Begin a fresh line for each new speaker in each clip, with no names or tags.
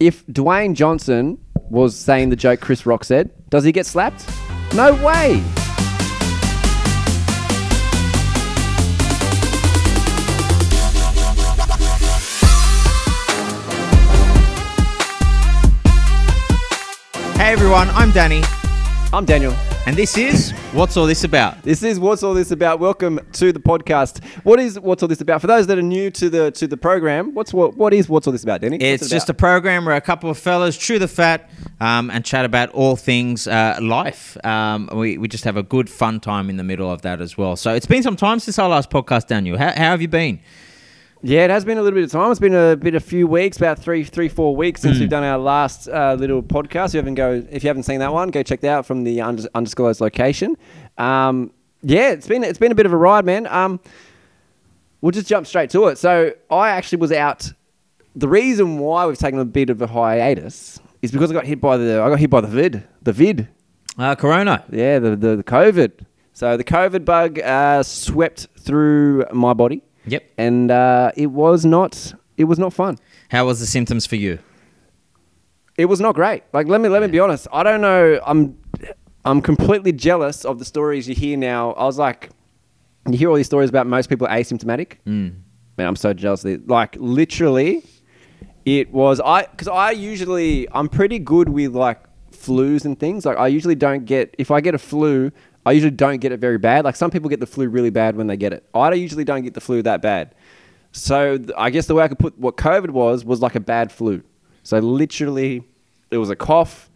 if Dwayne Johnson was saying the joke Chris Rock said, does he get slapped? No way.
Hey everyone, I'm Danny,
I'm Daniel.
and this is What's All This About?
This is what's all this about. Welcome to the podcast. What is what's all this about? For those that are new to the to the program, what's what what is what's all this about, Denny?
It's just a program where a couple of fellas chew the fat um, and chat about all things uh, life. Um, we, we just have a good fun time in the middle of that as well. So it's been some time since our last podcast, Daniel. How, how have you been?
yeah. It has been a little bit of time. It's been a bit a few weeks, about three three four weeks since we've done our last uh, little podcast. If you haven't go if you haven't seen that one, go check that out from the und- undisclosed location. Um, yeah, it's been it's been a bit of a ride, man. Um, we'll just jump straight to it. So I actually was out. The reason why we've taken a bit of a hiatus is because I got hit by the I got hit by the vid the vid.
Uh, corona.
Yeah, the, the, the COVID. So the COVID bug uh, swept through my body.
Yep.
And uh, it was not it was not fun.
How was the symptoms for you?
It was not great. Like let me let me be honest. I don't know. I'm I'm completely jealous of the stories you hear now. I was like, you hear all these stories about most people are asymptomatic. Man, I'm so jealous. Of these. Like literally, it was I because I usually I'm pretty good with like flus and things. Like I usually don't get if I get a flu, I usually don't get it very bad. Like some people get the flu really bad when they get it. I usually don't get the flu that bad. So th- I guess the way I could put what COVID was was like a bad flu. So literally, it was a cough.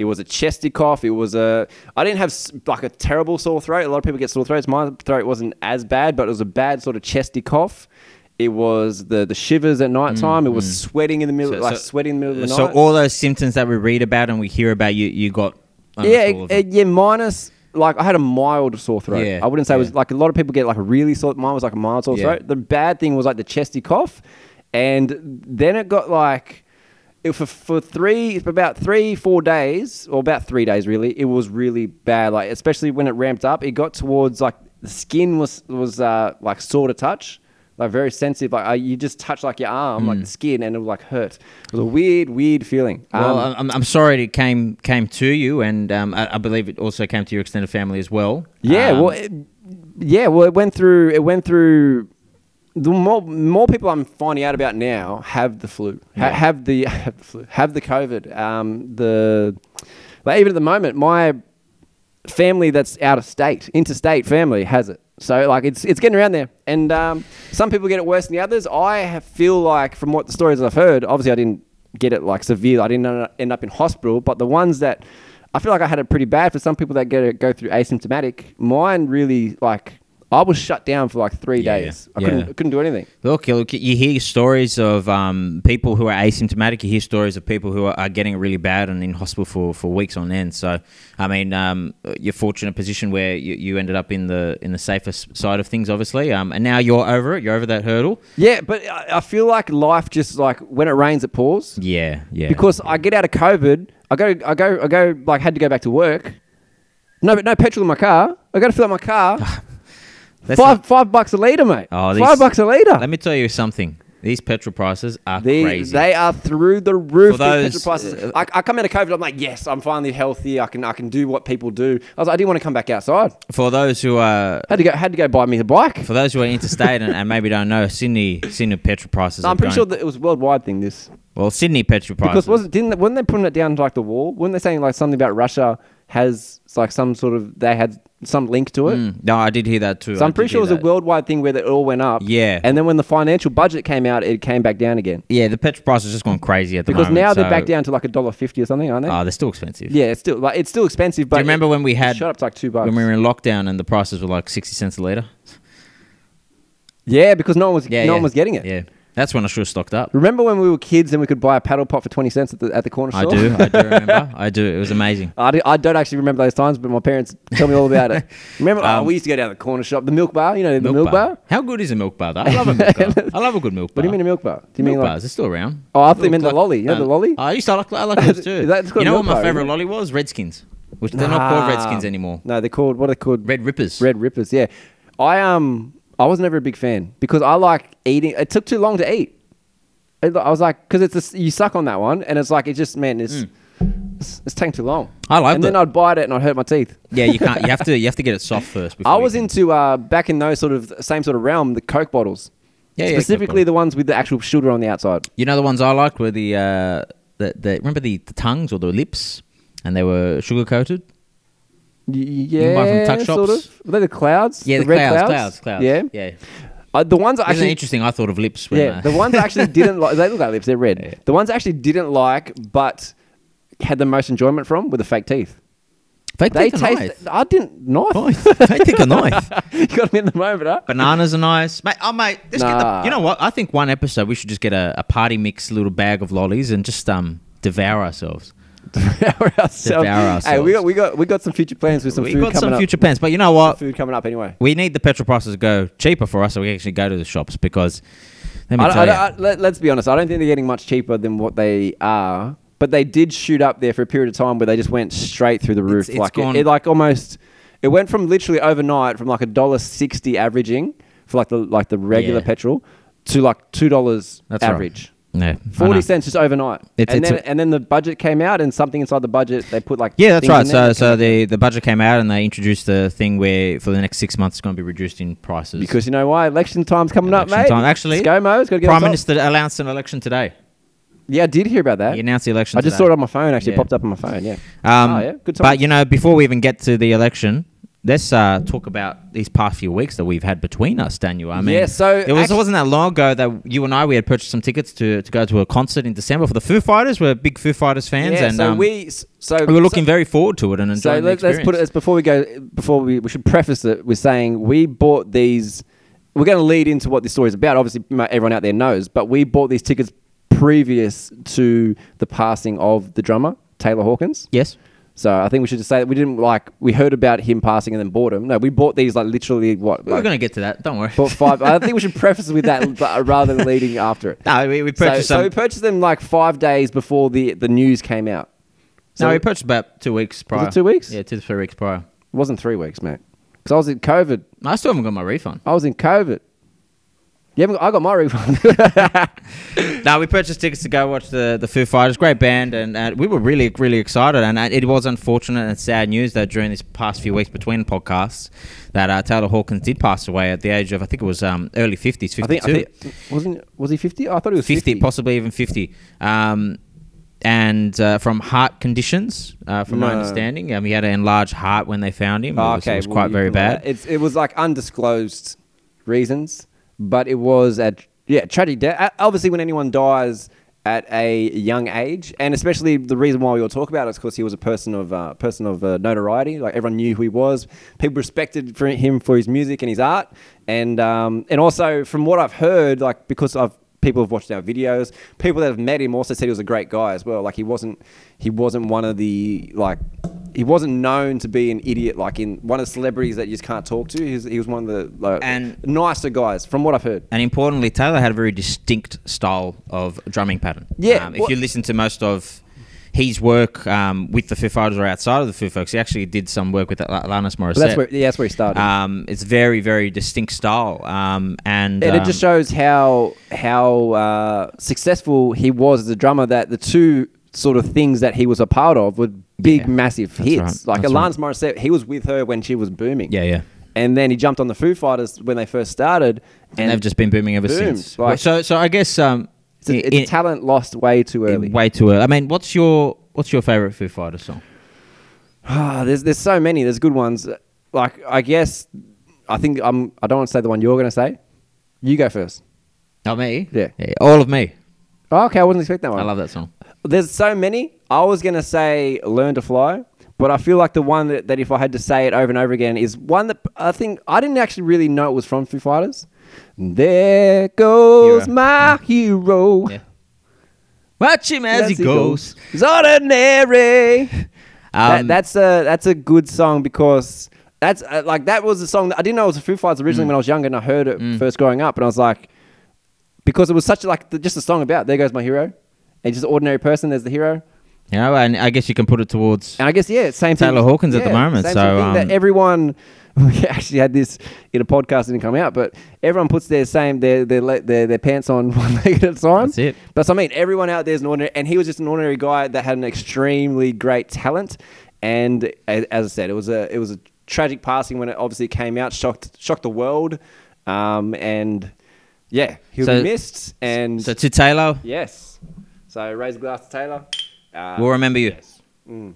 It was a chesty cough. It was a. I didn't have s- like a terrible sore throat. A lot of people get sore throats. My throat wasn't as bad, but it was a bad sort of chesty cough. It was the the shivers at night time. it was sweating in the middle,
Mm, So-
like
so-
sweating in the middle of the
So
night.
all those symptoms that we read about and we hear about, you you got. almost
yeah,
all of
it-
them.
it- yeah. Minus like I had a mild sore throat.
Yeah,
I wouldn't say it was
yeah.
like a lot of people get like a really sore. Mine was like a mild sore
Yeah.
throat. The bad thing was like the chesty cough, and then it got like. It, for, for three for about three four days or about three days really it was really bad like especially when it ramped up it got towards like the skin was was uh, like sore to touch like very sensitive like uh, you just touch like your arm
Mm.
like the skin and it would like hurt it was a weird weird feeling
Well,
Um,
I'm- I'm, I'm sorry it came came to you, and um, I, I believe it also came to your extended family as well.
Yeah,
Um,
well, it, yeah, well, it went through. It went through. The more more people I'm finding out about now have the flu, ha- have the have the flu, have the COVID. Um, the like even at the moment, my family that's out of state, interstate family has it. So like it's it's getting around there, and um, some people get it worse than the others. I have, feel like from what the stories I've heard, obviously I didn't get it like severe. I didn't en- end up in hospital, but the ones that I feel like I had it pretty bad for some people that get it go through asymptomatic. Mine really like I was shut down for like three
Yeah,
days. I
yeah.
couldn't I couldn't do anything.
Look, look, you hear stories of um, people who are asymptomatic. You hear stories of people who are, are getting it really bad and in hospital for, for weeks on end. So, I mean, um, you're fortunate position where you, you ended up in the in the safest side of things, obviously. Um, and now you're over it. You're over that hurdle.
Yeah, but I, I feel like life just like when it rains, it pours.
Yeah, yeah.
because I get out of COVID, I go, I go, I go, like had to go back to work. No, but no petrol in my car. I got to fill up my car.
Let's
five, five bucks a liter, mate. Five
Oh, these-
bucks a liter.
Let me tell you something. These petrol prices are
They,
crazy.
they are through the roof.
For
these
those-
petrol prices. I, I come out of COVID. I'm like, yes, I'm finally healthy. I can, I can do what people do. I was, like, I didn't want to come back outside.
for those who are
Had to go, had to go buy me a bike.
For those who are interstate and, and maybe don't know, Sydney Sydney petrol prices.
No,
are
I'm pretty
going-
sure that it was a worldwide thing. This
well, Sydney petrol prices.
because was it didn't weren't they putting it down to like the wall? Weren't they saying like something about Russia has like some sort of they had some link to it?
Mm, no, I did hear that too.
So
I
I'm pretty
did
sure it
hear
was a
that.
worldwide thing where it all went up.
Yeah.
And then when the financial budget came out, it came back down again.
Yeah, the petrol price has just gone crazy at the
Because
moment.
now they're
so-
back down to like a dollar fifty or something, aren't they?
Oh, they're still expensive.
yeah, it's still like it's still expensive. But
Do you remember when we had
shut up to like two bucks?
when we were in lockdown and the prices were like sixty cents a liter?
yeah, because no one was
Yeah,
no
yeah.
one was getting it.
Yeah, that's when I should have stocked up.
Remember when we were kids and we could buy a paddle pop for twenty cents at the at the corner
I
store?
do, I do remember. I do. It was amazing.
I, do, I don't actually remember those times, but my parents tell me all about it. Remember, oh,
Um,
we used to go down to the corner shop, the milk bar. You know, the milk, bar.
How good is a milk bar? Though? I love a milk bar. I love a good milk bar.
What do you mean a milk bar? Do you
Uh, milk
mean like
bars? They're still around.
Oh, I thought you meant the
Like-
lolly. You know the
um,
lolly?
I used to like, I like those too.
That's called
you know
milk
what my
bar,
favorite
isn't it?
lolly was? Redskins, which they're not called
Nah.
Redskins anymore.
Ah. No, they're called what are they called?
Red Rippers.
Red Rippers, yeah. I um I was never a big fan because I like eating. It took too long to eat. I was like, because it's a, you suck on that one, and it's like it just man, it's it's, it's taking too long.
Mm. I liked
and then
it.
I'd bite it and I'd hurt my teeth.
Yeah, you can't. You have to. You have to get it soft first. Before
I
you
was
can-
into uh, back in those sort of same sort of realm, the Coke bottles.
Yeah, yeah, Coke
specifically
bottle.
the ones with the actual sugar on the outside.
You know the ones I liked were the uh, the, the remember the, the tongues or the lips, and they were sugar coated.
Y-
can buy
Yeah,
from tuck
sort
shops.
of. Were they the clouds?
Yeah, the,
red
clouds, clouds, clouds.
Yeah,
yeah.
Uh, the ones I
Isn't it
actually
interesting? I thought of lips. When
Yeah,
I-
the ones I actually didn't like. They look like lips. They're red. The ones I actually didn't like, but had the most enjoyment from were the fake teeth.
Fake
They
teeth are
taste.
nice.
I didn't knife.
Nice. Fake teeth are nice.
you got them in the moment, huh?
Bananas are nice, mate. Oh, mate. Let's get
Nah.
the, you know what? I think one episode we should just get a, a party mix little bag of lollies and just um devour ourselves.
Devour ourselves.
Devour
Hey, we
ourselves.
got we got we got some future plans with some
We've
food
got
coming
some
up.
future plans, but you know what?
food coming up anyway.
We need the petrol prices to go cheaper for us, so we can actually go to the shops because let me
I, don't-
tell
I,
you,
don't- I, let, let's be honest. I don't think they're getting much cheaper than what they are. But they did shoot up there for a period of time where they just went straight through the roof.
it's
like it-
gone-
It, like almost. It went from literally overnight from like a dollar sixty averaging for like the like the regular
Yeah.
petrol to like two dollars
That's right.
average.
yeah, I know.
Forty cents just overnight,
It's-
and
it's
then
a-
and then the budget came out, and something inside the budget they put like
Yeah, that's
things
right.
in there that
So, so the, the budget came out and they introduced the thing where for the next six months it's going to be reduced in prices.
because you know why election time's coming
Election
up, mate.
time. Actually,
ScoMo's got to get on
Prime
top.
Minister announced an election today.
Yeah, I did hear about that.
He announced the election
I just
today.
saw it on my phone. Actually,
Yeah.
it popped up on my phone. Yeah.
Um,
Oh, yeah, good
But
times.
you know, before we even get to the election, let's uh, talk about these past few weeks that we've had between us, Daniel. I mean,
Yeah, so
it was
act-
it wasn't that long ago that you and I we had purchased some tickets to, to go to a concert in December for the Foo Fighters. We're big Foo Fighters fans,
yeah,
and
so
um,
we s- so
we were looking
So,
very forward to it and
so
enjoying
let,
the
let's put it as before we go. Before we we should preface it with saying we bought these. We're going to lead into what this story is about. Obviously, m- everyone out there knows, but we bought these tickets previous to the passing of the drummer Taylor Hawkins.
yes.
So I think we should just say that we didn't like we heard about him passing and then bought him. No, we bought these like literally what
We're
like,
going to get to that. Don't worry.
bought five. I think we should preface with that but- uh, rather than leading after it.
no, we, we
So,
purchased
so we
some.
purchased them like five days before the the news came out. So
no, we
it
purchased about two weeks prior.
two weeks?
Yeah, two to three weeks prior.
wasn't three weeks, mate, because I was in COVID.
I still haven't got my refund.
I was in COVID. You haven't, I got my refund.
No, we purchased tickets to go watch the the Foo Fighters, great band, and uh, we were really really excited. And uh, it was unfortunate and sad news that during this past few weeks between podcasts, that uh, Taylor Hawkins did pass away at the age of I think it was um, early fifties,
I
fifty
think, I
two,
think wasn't was he fifty? I thought he was fifty.
fifty, possibly even fifty. Um, and uh, from heart conditions, uh, from my
No.
understanding, um, he had an enlarged heart when they found him. It
Oh,
was, it was
well,
quite
you
very
can allow
bad.
that. It's, it was like undisclosed reasons, but it was a yeah tragic death. O- Obviously, when anyone dies at a young age, and especially the reason why we all talk about it is because he was a person of uh, person of uh, notoriety. Like everyone knew who he was. People respected for him for his music and his art, and um, and also from what I've heard, like because I've people have watched our videos people that have met him also said he was a great guy as well like he wasn't he wasn't one of the like he wasn't known to be an idiot like in one of the celebrities that you just can't talk to he was, he was one of the like,
And-
nicer guys from what i've heard
And importantly, Taylor had a very distinct style of drumming pattern.
Yeah,
Um,
what-
if you listen to most of his work um, with the Foo Fighters or outside of the Foo Fighters, he actually did some work with Al- Alanis Morissette.
but that's where yeah, that's where he started
um, it's very, very distinct style. Um, and
and it
um,
just shows how how uh, successful he was as a drummer that the two sort of things that he was a part of were big
Yeah,
massive
that's
hits
right,
like
that's
Alanis Morissette he was with her when she was booming
Yeah, yeah.
and then he jumped on the Foo Fighters when they first started
and they've just been booming ever
Boom,
since.
like-
so, so I guess um,
It's, a,
in-
it's a talent lost way too
in-
early.
way too early. I mean, what's your what's your favorite Foo Fighters song?
Ah, there's there's so many. There's good ones. Like I guess I think I'm. I don't want to say the one you're going to say. You go first.
Not me.
Yeah.
all of me.
Oh, okay, I wasn't expecting that one.
I love that song.
There's so many. I was going to say Learn to Fly, but I feel like the one that, that if I had to say it over and over again is one that I think I didn't actually really know it was from Foo Fighters. There goes
Hero.
my hero.
Yeah. Watch him as, he goes.
It's ordinary. that,
Um,
that's a that's a good song because that's uh, like that was a song that I didn't know it was a Foo Fighters originally
Mm.
when I was younger and I heard it first growing up and I was like because it was such like the, just a song about there goes my hero and just an ordinary person there's the hero
You know, and I guess you can put it towards.
And I guess yeah, it's same
Taylor
thing.
Hawkins at the moment,
same
so,
sort of thing
um,
that everyone we actually had this in a podcast that didn't come out, but everyone puts their same their their le- their, their pants on one leg at a time.
That's it.
But so, I mean, everyone out there is an ordinary, and he was just an ordinary guy that had an extremely great talent. And a- as I said, it was a it was a tragic passing when it obviously came out, shocked shocked the world, um, and yeah, he'll
So-
be missed. And
So to Taylor,
yes, so raise a glass to Taylor. Uh,
we'll remember you.
yes. Mm.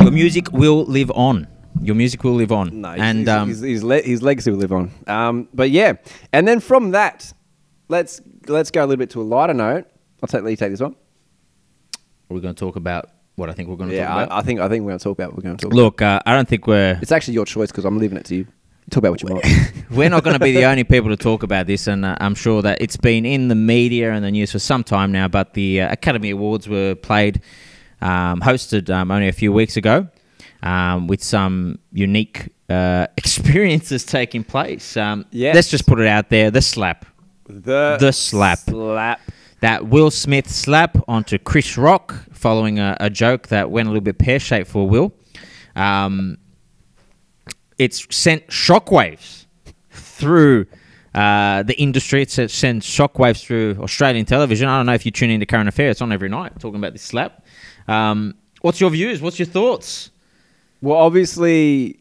Your music will live on. Your music will live on.
No, he's,
and
he's,
um,
his, his, le- his legacy will live on. Um, but yeah, and then from that, let's let's go a little bit to a lighter note. I'll take you take this one.
we're going to talk about what I think we're going to
Yeah,
talk about.
I, I think I think we're going to talk about what we're going to talk. about.
Look, uh, I don't think we're
It's actually your choice because I'm leaving it to you. Talk about what you want.
we're not going to be the only people to talk about this, and uh, I'm sure that it's been in the media and the news for some time now. But the uh, Academy Awards were played, um, hosted um, only a few weeks ago, um, with some unique uh, experiences taking place. Um,
Yes.
let's just put it out there: the slap,
the
The slap.
slap.
that Will Smith slap onto Chris Rock, following a, a joke that went a little bit pear shaped for Will. Um, it's sent shockwaves through uh, the industry. It's it sent shockwaves through Australian television. I don't know if you tune into Current Affairs; it's on every night talking about this slap. Um, what's your views? What's your thoughts?
Well, obviously,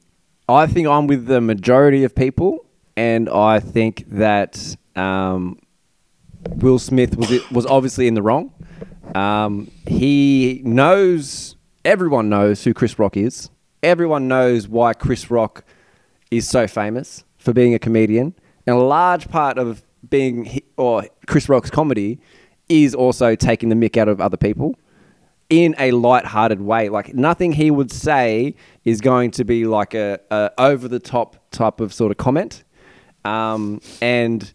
I think I'm with the majority of people, and I think that um, Will Smith was was obviously in the wrong. Um, he knows everyone knows who Chris Rock is. Everyone knows why Chris Rock is so famous for being a comedian, and a large part of being hi- or Chris Rock's comedy is also taking the mick out of other people in a light-hearted way. Like nothing he would say is going to be like a, a over-the-top type of sort of comment, um, and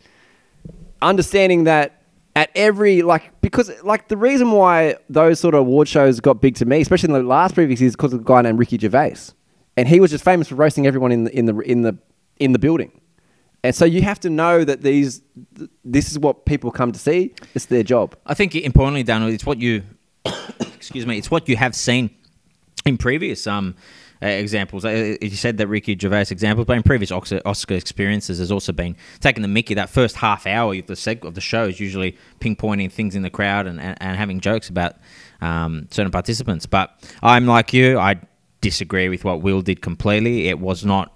understanding that at every like because like the reason why those sort of award shows got big to me, especially in the last previous years, because of a guy named Ricky Gervais, and he was just famous for roasting everyone in the in the in the in the building. And so you have to know that these, th- this is what people come to see. It's their job.
I think importantly, Daniel, it's what you, excuse me, it's what you have seen in previous um, uh, examples. Uh, you said that Ricky Gervais examples, but in previous Oscar, Oscar experiences has also been taking the Mickey. That first half hour of the seg- of the show is usually pinpointing things in the crowd and, and, and having jokes about um, certain participants. But I'm like you, I disagree with what Will did completely. It was not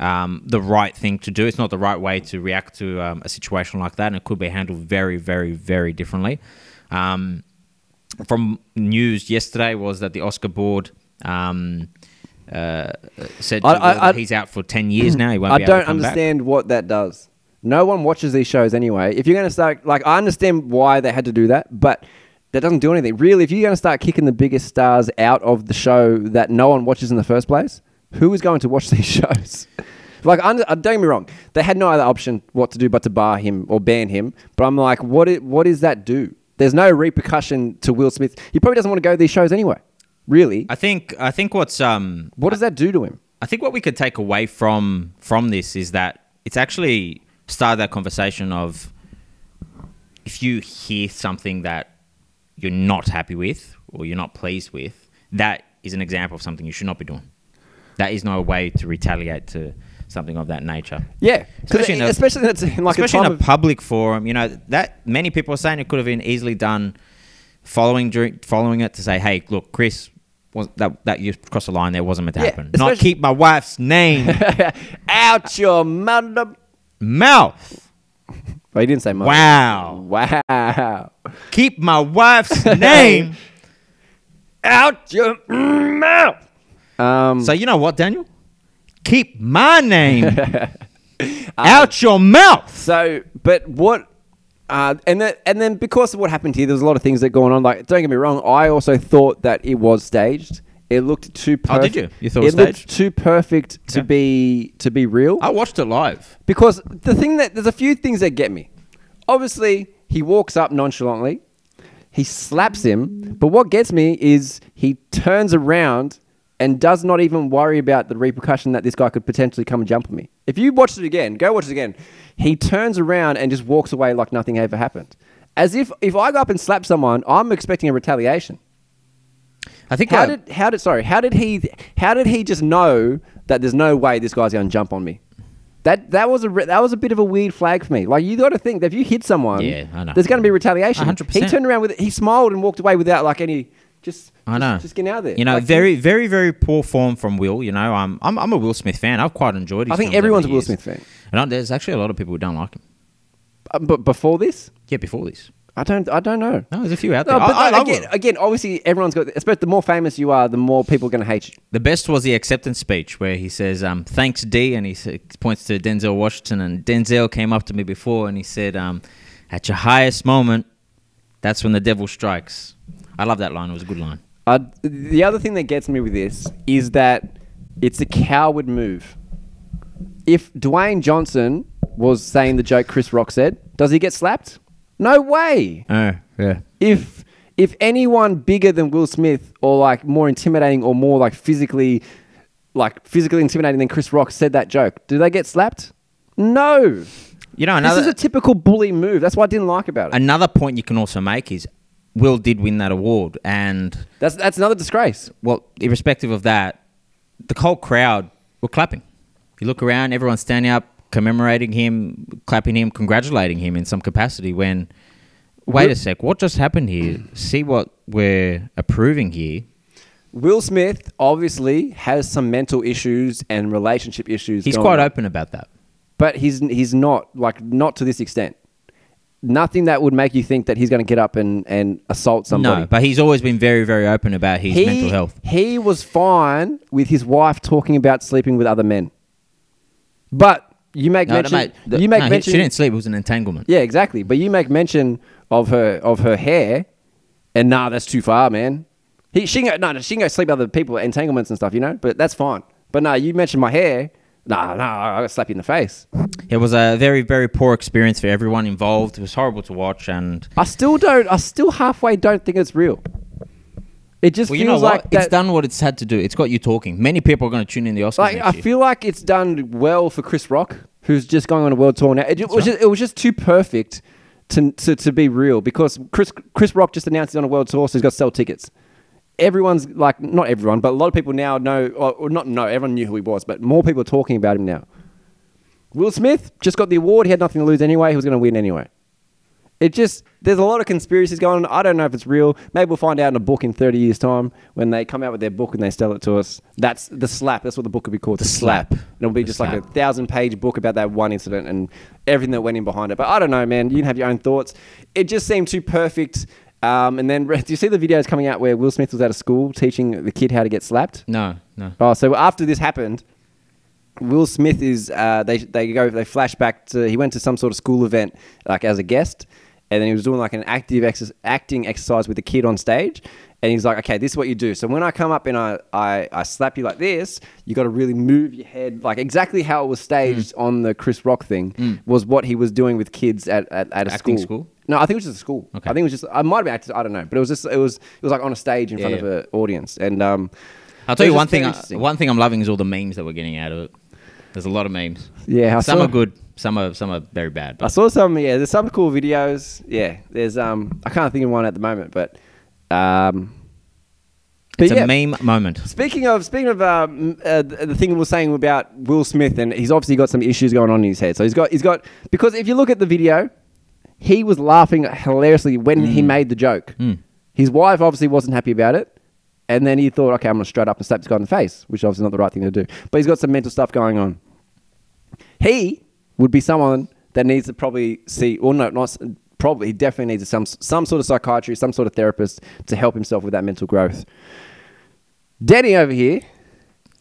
um, the right thing to do. It's not the right way to react to um, a situation like that, and it could be handled very, very, very differently. Um, from news yesterday was that the Oscar board um, uh, said to
I- I-
Will that
I-
he's out for ten years now. He won't.
I
be able to
don't
come back.
understand what that does. No one watches these shows anyway. If you're going to start, like, I understand why they had to do that, but that doesn't do anything. Really, if you're going to start kicking the biggest stars out of the show that no one watches in the first place, who is going to watch these shows? Like, I, under- uh, don't get me wrong, they had no other option what to do but to bar him or ban him. But I'm like, what, i- what does that do? There's no repercussion to Will Smith. He probably doesn't want to go to these shows anyway. Really?
I think. I think what's um,
what does that do to him?
I think what we could take away from from this is that it's actually started that conversation of if you hear something that you're not happy with or you're not pleased with, that is an example of something you should not be doing. That is not a way to retaliate to something of that nature.
Yeah. 'Cause
Especially in a-
especially in, it's in like
Especially
a
in
time
a
of-
public forum, you know that many people are saying it could have been easily done. Following during, following it to say, "Hey, look, Chris, was, that that you crossed the line there wasn't meant to
Yeah,
happen. Not
especially-
keep my wife's name
out your mother.
mouth.
Well, he didn't say mother.
Wow.
Wow.
Keep my wife's name.
Out your mm. mouth. Um,
so you know what, Daniel? Keep my name out your mouth.
so, but what, uh, and then and then because of what happened here, there's a lot of things that going on. Like, don't get me wrong, I also thought that it was staged. It looked too.
Oh,
Perfect.
did you? You thought it was
looked
staged?
too perfect to
Okay.
be to be real.
I watched it live.
Because the thing that there's a few things that get me. Obviously, he walks up nonchalantly, he slaps him, but what gets me is he turns around and does not even worry about the repercussion that this guy could potentially come and jump on me. If you watch it again, go watch it again. He turns around and just walks away like nothing ever happened. As if if I go up and slap someone, I'm expecting a retaliation.
I think
How
I-
did how did sorry how did he how did he just know that there's no way this guy's going to jump on me? That that was a re- that was a bit of a weird flag for me. Like you got to think that if you hit someone,
Yeah, I know.
there's going to be retaliation.
100%.
He turned around with he smiled and walked away without like any just
I
just-
know.
just, getting out of there.
You know,
Like,
very, very, very poor form from Will. You know, um, I'm, I'm a Will Smith fan. I've quite enjoyed his
I think
films over
everyone's a
the
Will
years.
Smith fan.
And I, there's actually a lot of people who don't like him.
uh, but before this,
Yeah, before this.
I don't I don't know.
No, there's a few out there.
No, but
I, I
no,
love
again,
Will.
again, obviously everyone's got. I suppose the more famous you are, the more people are going to hate you.
The best was the acceptance speech where he says, um, "Thanks, D," and he s- points to Denzel Washington. And Denzel came up to me before and he said, um, "At your highest moment, that's when the devil strikes." I love that line. It was a good line.
I, Uh, the other thing that gets me with this is that it's a coward move. If Dwayne Johnson was saying the joke Chris Rock said, does he get slapped? No way.
Oh, yeah.
If if anyone bigger than Will Smith or like more intimidating or more like physically like physically intimidating than Chris Rock said that joke, do they get slapped? No.
You know, another
this is a typical bully move. That's what I didn't like about it.
another point you can also make is Will did win that award, and
that's that's another disgrace.
well, irrespective of that, the whole crowd were clapping. You look around, everyone's standing up, commemorating him, clapping him, congratulating him in some capacity. When, wait a sec, what just happened here? See what we're approving here.
Will Smith obviously has some mental issues and relationship issues.
He's
going
quite
on,
open about that.
but he's he's not like not to this extent. Nothing that would make you think that he's going to get up and, and assault somebody.
No, but he's always been very, very open about his
he,
mental health.
He was fine with his wife talking about sleeping with other men. But you make
No,
mention.
mate, the-
you make
no, he-
mention.
She didn't sleep. It was an entanglement.
Yeah, exactly. But you make mention of her of her hair, and nah, that's too far, man. He, she can go, no, no, she can go sleep with other people, entanglements and stuff, you know. But that's fine. But nah, you mentioned my hair. Nah, nah, I got slap you in the face.
It was a very, very poor experience for everyone involved. It was horrible to watch, and
I still don't. I still halfway don't think it's real. It just
Well, you
feels
know
like
what?
that,
it's done what it's had to do. It's got you talking. Many people are going to tune in the Oscars.
Like
next
I
year.
feel like it's done well for Chris Rock, who's just going on a world tour now. It, ju- was just, it was just too perfect to, to to be real because Chris Chris Rock just announced he's on a world tour, so he's got to sell tickets. Everyone's like, not everyone, but a lot of people now know, or, or not know, everyone knew who he was, but more people are talking about him now. Will Smith just got the award. He had nothing to lose anyway. He was going to win anyway. It just there's a lot of conspiracies going on. I don't know if it's real. Maybe we'll find out in a book in 30 years' time when they come out with their book and they sell it to us. That's the slap. That's what the book would be called. The,
slap.
And it'll be
The
just like a
slap.
thousand-page book about that one incident and everything that went in behind it. But I don't know, man. You can have your own thoughts. It just seemed too perfect. Um, and then do you see the videos coming out where Will Smith was out of school teaching the kid how to get slapped?
no, no.
Oh, so after this happened, Will Smith is uh, they they go they flash back to he went to some sort of school event like as a guest, and then he was doing like an active exer- acting exercise with a kid on stage, and he's like, okay, this is what you do. So when I come up and I I, I slap you like this, you got to really move your head like exactly how it was staged
Mm.
on the Chris Rock thing was what he was doing with kids at at, at a
Acting
school.
school?
No, I think it was just a school.
Okay.
I think it was just I might have been actors, I don't know, but it was just it was it was like on a stage in
Yeah,
front
yeah.
of an audience, and um,
I'll tell
it
you
was
one
just very
thing. I,
interesting.
one thing I'm loving is all the memes that we're getting out of it. There's a lot of memes.
Yeah, I
some
saw-
are good. Some are some are very bad.
I
But
saw some. Yeah, there's some cool videos. Yeah, there's um. I can't think of one at the moment, but um. but
it's
yeah.
a meme moment.
Speaking of speaking of um, uh, the the thing we were saying about Will Smith, and he's obviously got some issues going on in his head. So he's got he's got because if you look at the video, he was laughing hilariously when he made the joke. His wife obviously wasn't happy about it, and then he thought, okay, I'm gonna straight up and slap this guy in the face, which is obviously not the right thing to do. But he's got some mental stuff going on. He would be someone that needs to probably see, or no, not s- probably. He definitely needs some some sort of psychiatrist, some sort of therapist to help himself with that mental growth. Denny over here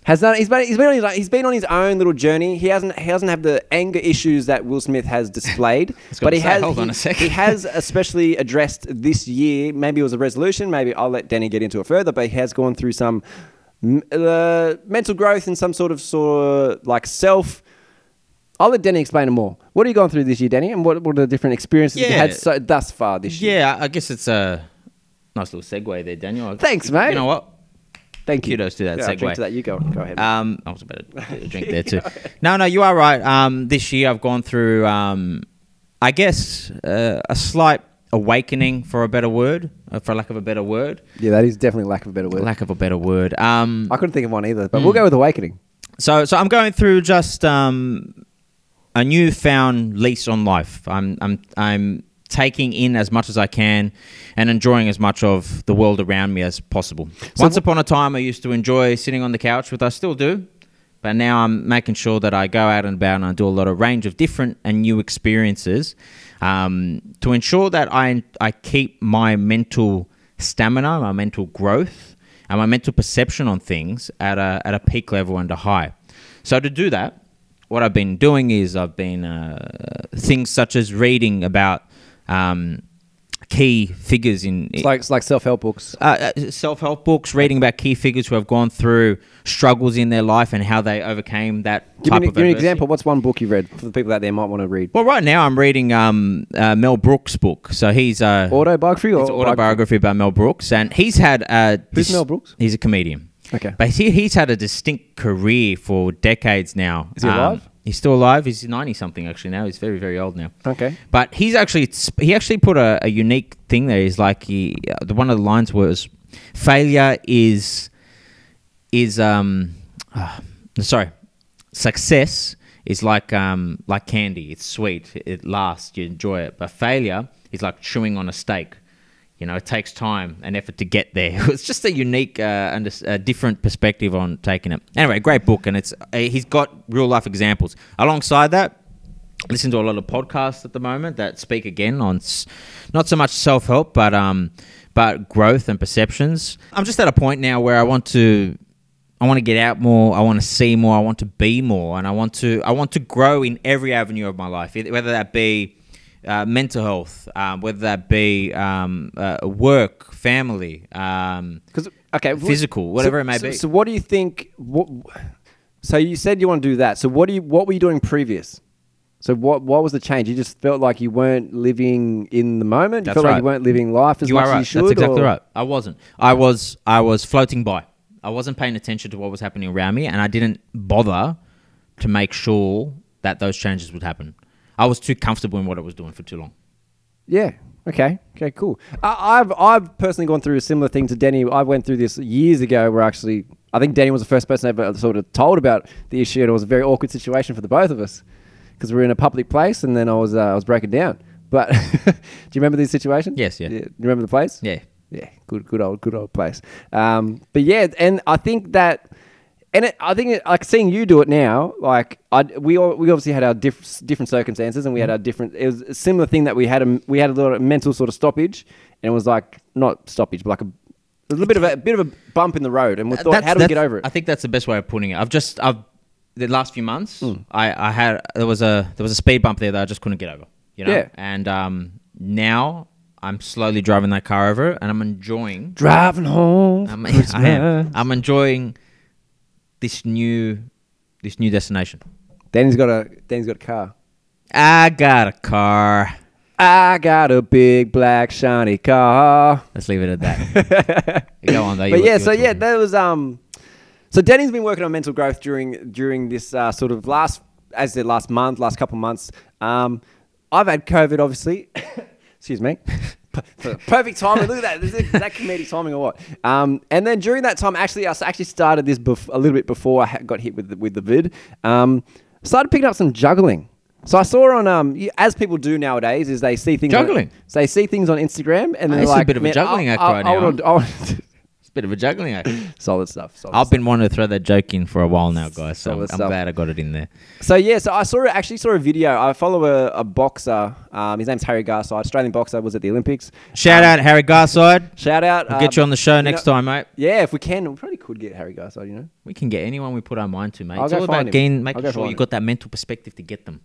has done. He's been, he's been on his own- he's been on his own little journey. He hasn't he doesn't have the anger issues that Will Smith has displayed,
was gonna
but he
say,
has.
hold
he,
on a second.
he has especially addressed this year. Maybe it was a resolution. Maybe I'll let Denny get into it further. But he has gone through some mm, uh, mental growth and some sort of sort of like self. I'll let Denny explain it more. What are you going through this year, Denny? And what, what are the different experiences you
Yeah.
had so, thus far this year?
Yeah, I- I guess it's a nice little segue there, Daniel. I-
Thanks, mate.
You know what?
Thank you.
Kudos to that
yeah, I'll drink
segue.
to that. You go, go ahead.
Um, I was about to drink there too. No, no, you are right. Um, this year I've gone through, um, I guess, uh, a slight awakening, for a better word, uh, for lack of a better word,
Yeah, that is definitely lack of a better word.
lack of a better word. Um,
I couldn't think of one either, but we'll
Hmm.
go with awakening.
so so I'm going through just um, a newfound lease on life. I'm I'm I'm taking in as much as I can and enjoying as much of the world around me as possible. Once upon a time, I used to enjoy sitting on the couch, which I still do. But now I'm making sure that I go out and about and I do a lot of range of different and new experiences um, to ensure that I, I keep my mental stamina, my mental growth, and my mental perception on things at a, at a peak level and a high. So to do that, what I've been doing is I've been uh, things such as reading about um, key figures in
It's like it's like self help books.
uh, uh, self-help books, reading about key figures who have gone through struggles in their life and how they overcame that
Give me,
type
an,
of
give me an
adversity.
example. What's one book you read for the people out there might want to read?
Well, right now I'm reading um, uh, Mel Brooks' book. So he's uh,
Autobiography or
it's autobiography by Mel Brooks, and he's had a
Who's Mel Brooks?
He's a comedian.
Okay.
but he, he's had a distinct career for decades now. Um,
Is he alive?
He's still alive. He's ninety something actually now. He's very very old now.
Okay.
But he's actually he actually put a, a unique thing there. He's like he uh, the one of the lines was failure is is um ah, sorry success is like um like candy. It's sweet. It lasts. You enjoy it. But failure is like chewing on a steak. You know, it takes time and effort to get there. It's just a unique uh, and a s- a different perspective on taking it. Anyway, great book, and it's uh, he's got real life examples. Alongside that, listen to a lot of podcasts at the moment that speak again on s- not so much self help, but um, but growth and perceptions. I'm just at a point now where I want to. I want to get out more. I want to see more. I want to be more, and I want to. I want to grow in every avenue of my life, either- whether that be uh, mental health, um, whether that be um, uh, work, family. Um,
Because okay, wh-
Physical, whatever
so-
it may
so-
be.
So, what do you think? What, so you said you want to do that. So what do you? What were you doing previous? So what? What was the change? You just felt like you weren't living in the moment. You
That's
felt like
right.
you weren't living life as
you
much
are
as
right.
you should.
That's exactly
or-
right. I wasn't. I was. I was floating by. I wasn't paying attention to what was happening around me, and I didn't bother to make sure that those changes would happen. I was too comfortable in what I was doing for too long.
Yeah. Okay. Okay. Cool. I, I've I've personally gone through a similar thing to Denny. I went through this years ago, where actually I think Denny was the first person I ever sort of told about the issue, and it was a very awkward situation for the both of us because we were in a public place, and then I was uh, I was breaking down. But do you remember this situation?
Yes, yeah.
Do you remember the place?
Yeah.
Yeah, good, good old, good old place. Um, but yeah, and I think that, and it, I think it, like seeing you do it now, like I we all, we obviously had our diff, different circumstances, and we had our different. It was a similar thing that we had a we had a little mental sort of stoppage, and it was like not stoppage, but like a, a little bit of a, bit of a bump in the road, and we thought,
Uh, That's-
how do we
that's-
get over it?
I think that's the best way of putting it. I've just. I've the last few months.
Hmm.
I, I had there was a there was a speed bump there that I just couldn't get over. You know.
Yeah.
And um, now I'm slowly driving that car over, and I'm enjoying
Driving home,
I'm,
I'm,
Um, I am. I'm enjoying this new this new destination.
Danny's got a Danny's got a car.
I got a car.
I got a big black shiny car.
Let's leave it at that. Go on though. you
but
were-
yeah,
you were
so yeah,
talking.
that was um. So Danny's been working on mental growth during during this uh, sort of last, as I said, last month, last couple months. Um, I've had COVID, obviously. Excuse me. P- Perfect timing. Look at that. This is that comedic timing or what? Um, and then during that time, actually, I s- actually started this bef- a little bit before I ha- got hit with the, with the vid. Um, started picking up some juggling. So I saw on um, y- as people do nowadays, is they see things on-
Juggling.
so they see things on Instagram and they're
it's a
like,
bit of a
"Man,
juggling
I-
act
I-
right
I
now,
wanna- I wanna-
it's a bit of a juggling act.
Solid stuff. Solid
I've
stuff.
been wanting to throw that joke in for a while now, guys. So
Solid
I'm
stuff.
glad I got it in there.
So yeah, so I saw actually saw a video. I follow a, a boxer. Um, his name's Harry Garside, Australian boxer. Was at the Olympics. Um,
Shout out Harry Garside.
Shout out. um,
We'll get you on the show next time, mate.
Yeah, if we can, we probably could get Harry Garside. You know.
We can get anyone we put our mind to, mate.
I'll
it's
go
all
find
about
him.
getting,
I'll
making
go
sure
find
you
him.
got that mental perspective to get them.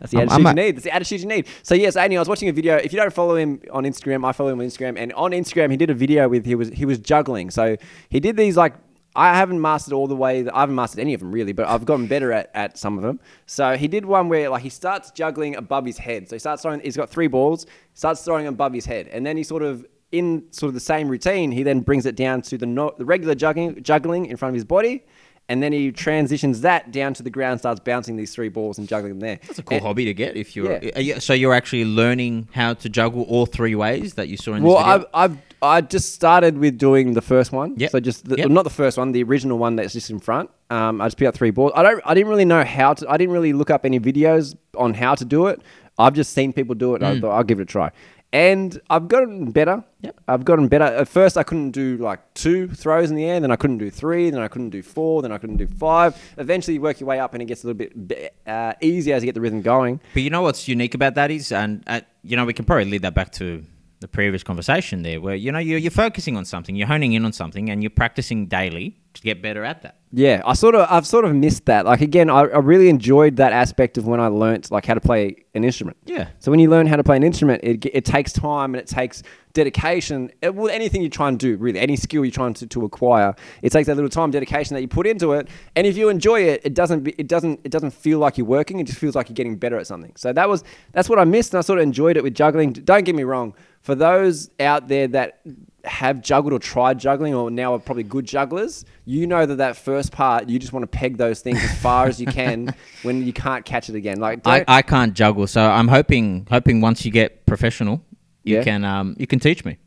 That's the
I'm-
attitude
I'm
you
a-
need. That's the attitude you need. So yes, Annie, I was watching a video. If you don't follow him on Instagram, I follow him on Instagram, and on Instagram he did a video with he was he was juggling. So he did these like I haven't mastered all the way. I haven't mastered any of them really, but I've gotten better at, at some of them. So he did one where like he starts juggling above his head. So he starts throwing. He's got three balls. Starts throwing them above his head, and then he sort of in sort of the same routine. He then brings it down to the no, the regular juggling juggling in front of his body. and then he transitions that down to the ground, starts bouncing these three balls and juggling them there.
That's a cool
And-
hobby to get if you're.
Yeah.
Are you- so you're actually learning how to juggle all three ways that you saw in this
Well,
video.
I've, I've I just started with doing the first one.
Yep.
So just the,
Yep.
not the first one, the original one that's just in front. Um, I just picked up three balls. I don't. I didn't really know how to. I didn't really look up any videos on how to do it. I've just seen people do it. and I thought I'll give it a try, and I've gotten better.
Hmm. Yep.
I've gotten better. At first, I couldn't do like two throws in the air. Then I couldn't do three. Then I couldn't do four. Then I couldn't do five. Eventually, you work your way up, and it gets a little bit be- uh, easier as you get the rhythm going.
But you know what's unique about that is, and uh, you know, we can probably lead that back to the previous conversation there, where you know you're, you're focusing on something, you're honing in on something, and you're practicing daily to get better at that.
Yeah, I sort of I've sort of missed that. Like again, I, I really enjoyed that aspect of when I learnt like how to play an instrument.
Yeah.
So when you learn how to play an instrument, it, ge- it takes time and it takes dedication. It, well, anything you try and do, really, any skill you're trying to, to acquire, it takes that little time dedication that you put into it. And if you enjoy it, it doesn't be, it doesn't it doesn't feel like you're working. It just feels like you're getting better at something. So that was that's what I missed, and I sort of enjoyed it with juggling. Don't get me wrong. For those out there that have juggled or tried juggling or now are probably good jugglers, you know that that first part, you just want to peg those things as far as you can when you can't catch it again. Like,
I,
don't-
I can't juggle, so I'm hoping hoping once you get professional, you
Yeah.
can um, you can teach me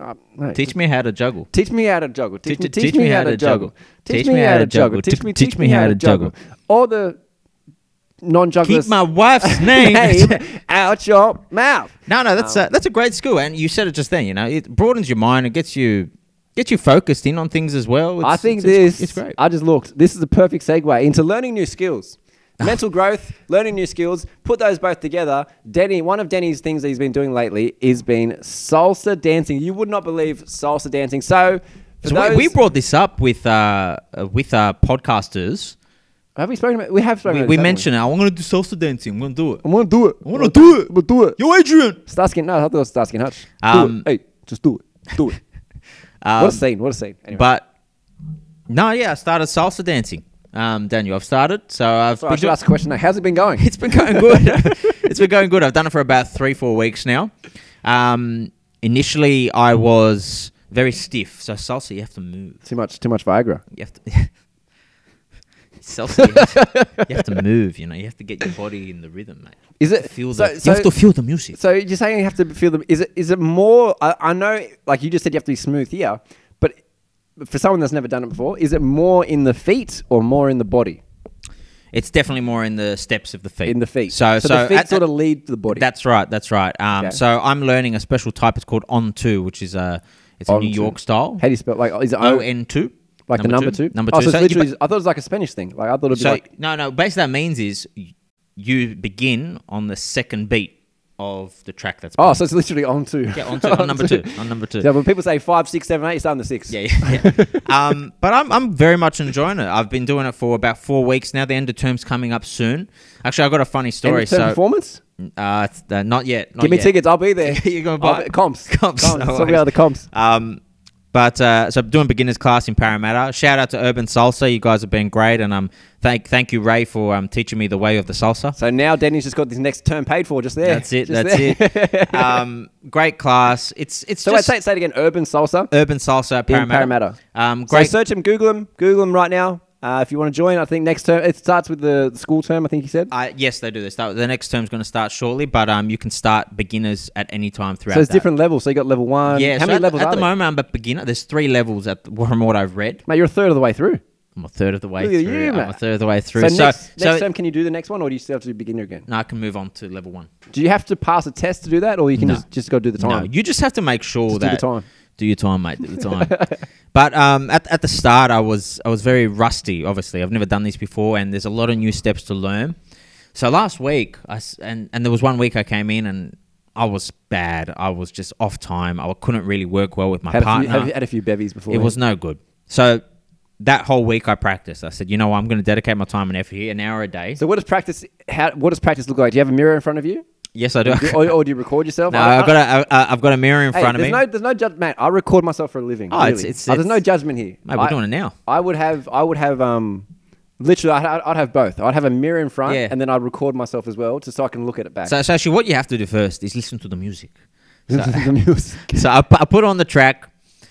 uh, no,
teach me how to juggle.
Teach me how to juggle. Teach, me, teach, me, how to juggle.
Teach me how to juggle.
Teach me, teach me how to juggle. All the non-jugglers
Keep my wife's name.
name out your mouth.
no, no,
Um,
that's uh, that's a great skill, and you said it just then. You know, it broadens your mind. It gets you gets you focused in on things as well.
I
It's-
think
it's- it's-
this.
It's great.
I just looked. This is a perfect segue into learning new skills.
Ah.
Mental growth, learning new skills. Put those both together. Denny, one of Denny's things that he's been doing lately is been salsa dancing. You would not believe salsa dancing. So, for
So
those,
we, we brought this up with uh, uh, with our podcasters.
have we spoken about? We have spoken.
We,
about
we
this, haven't
mentioned, "I'm going to do salsa dancing. I'm going to do it.
I'm gonna do it. I
wanna do it.
I'm gonna do it.
Yo, Adrian."
Starsky, no, I thought it was Starsky and Hutch.
Um,
do it. Hey, just do it. Do it.
Um,
what a scene. What a scene. Anyway,
But no, yeah, I started salsa dancing. Um, Daniel, I've started, so I've
Sorry, I
been
should
do-
ask a question. now. How's it been going?
it's been going good. it's been going good. I've done it for about three, four weeks now. Um, initially, I was very stiff. So salsa, you have to move.
too much. Too much Viagra.
You have to. Salsa, you have to, you have to move. You know, you have to get your body in the rhythm, mate.
Is it-
feel
so-
the,
so-
you have to feel the music?
So you're saying you have to feel them? Is it? Is it more? I, I know, like you just said, you have to be smooth here, but for someone that's never done it before, is it more in the feet or more in the body?
It's definitely more in the steps of the feet.
In the feet.
So, so,
the feet
at-
sort of lead the body.
That's right. That's right. Um,
Okay.
So I'm learning a special type. It's called on two, which is a it's a
On
New
two.
York style.
how do you spell? Like is it
O
O
N two.
Like the Oh, number two?
Number two.
Oh, so,
So
it's
you
literally, I thought it was like a Spanish thing. Like I thought it'd be
So
like
no, no. Basically, that means is y- you begin on the second beat of the track that's.
Oh, so it's literally on two.
Yeah, on two, on number two, on number two.
Yeah, when people say five, six, seven, eight, you start on the six.
Yeah, yeah. yeah. um, but I'm, I'm very much enjoying it. I've been doing it for about four weeks now. The end of term's coming up soon. Actually, I got a funny
End
story.
of term
So,
performance.
uh, it's- uh, not yet. Not
Give me
yet.
tickets. I'll be there.
You're gonna
I'll
buy
be- comps.
Comps, no
Sort me
worries.
out the comps.
Um, but uh, so I'm doing beginners class in Parramatta. Shout out to Urban Salsa. You guys have been great, and um, thank thank you Ray for um, teaching me the way of the salsa.
So now Denny's just got this next term paid for. Just there.
That's it.
Just
that's
there. Uh,
it. Um, great class. It's it's
so I
just
say, say it again. Urban salsa.
Urban Salsa at Parramatta.
Parramatta.
Um,
So
great.
search him, Google him, Google him right now. Uh, if you want to join, I think next term it starts with the school term. I think he said.
uh, yes, they do. They start. The next term's going to start shortly, but um, you can start beginners at any time throughout.
so it's
that.
different levels. So you got level one.
Yeah.
How
so
many
at,
levels
at
are
the
there?
moment? I'm a beginner. There's three levels at from what I've read.
Mate, you're a third of the way through.
I'm a third of the way
Look at
through.
you,
I'm a
mate.
third of the way through.
So,
So
next,
so
next term, can you do the next one, or do you still have to be beginner again?
no, I can move on to level one.
Do you have to pass a test to do that, or you can
No.
just just go do the
No,
time?
you just have to make sure
Just do
that
the time.
do your time, mate. Do the time. but um, at at the start, I was I was very rusty. Obviously, I've never done this before, and there's a lot of new steps to learn. So last week, I s- and and there was one week I came in and I was bad. I was just off time. I couldn't really work well with my
had, a few,
partner.
have you had a few bevies before.
It was no good. So that whole week I practiced. I said, you know, what? I'm going to dedicate my time and effort here, an hour a day.
So what does practice? How what does practice look like? Do you have a mirror in front of you,
yes, I do.
Do- or, or do you record yourself?
no,
I- I-
I've got a, I, I've got a mirror in
Hey,
front of
there's
me.
no there's no judgment. Mate, I record myself for a living.
Oh, it's-
really.
it's-
Oh, there's no
it's-
judgment here.
Mate, we're
I-
doing it now.
I would have I would have um literally I'd, I'd have both. I'd have a mirror in front
Yeah.
and then I'd record myself as well, just so I can look at it back.
So, so actually, what you have to do first is listen to the music. So,
the music.
so I, pu- I put on the track.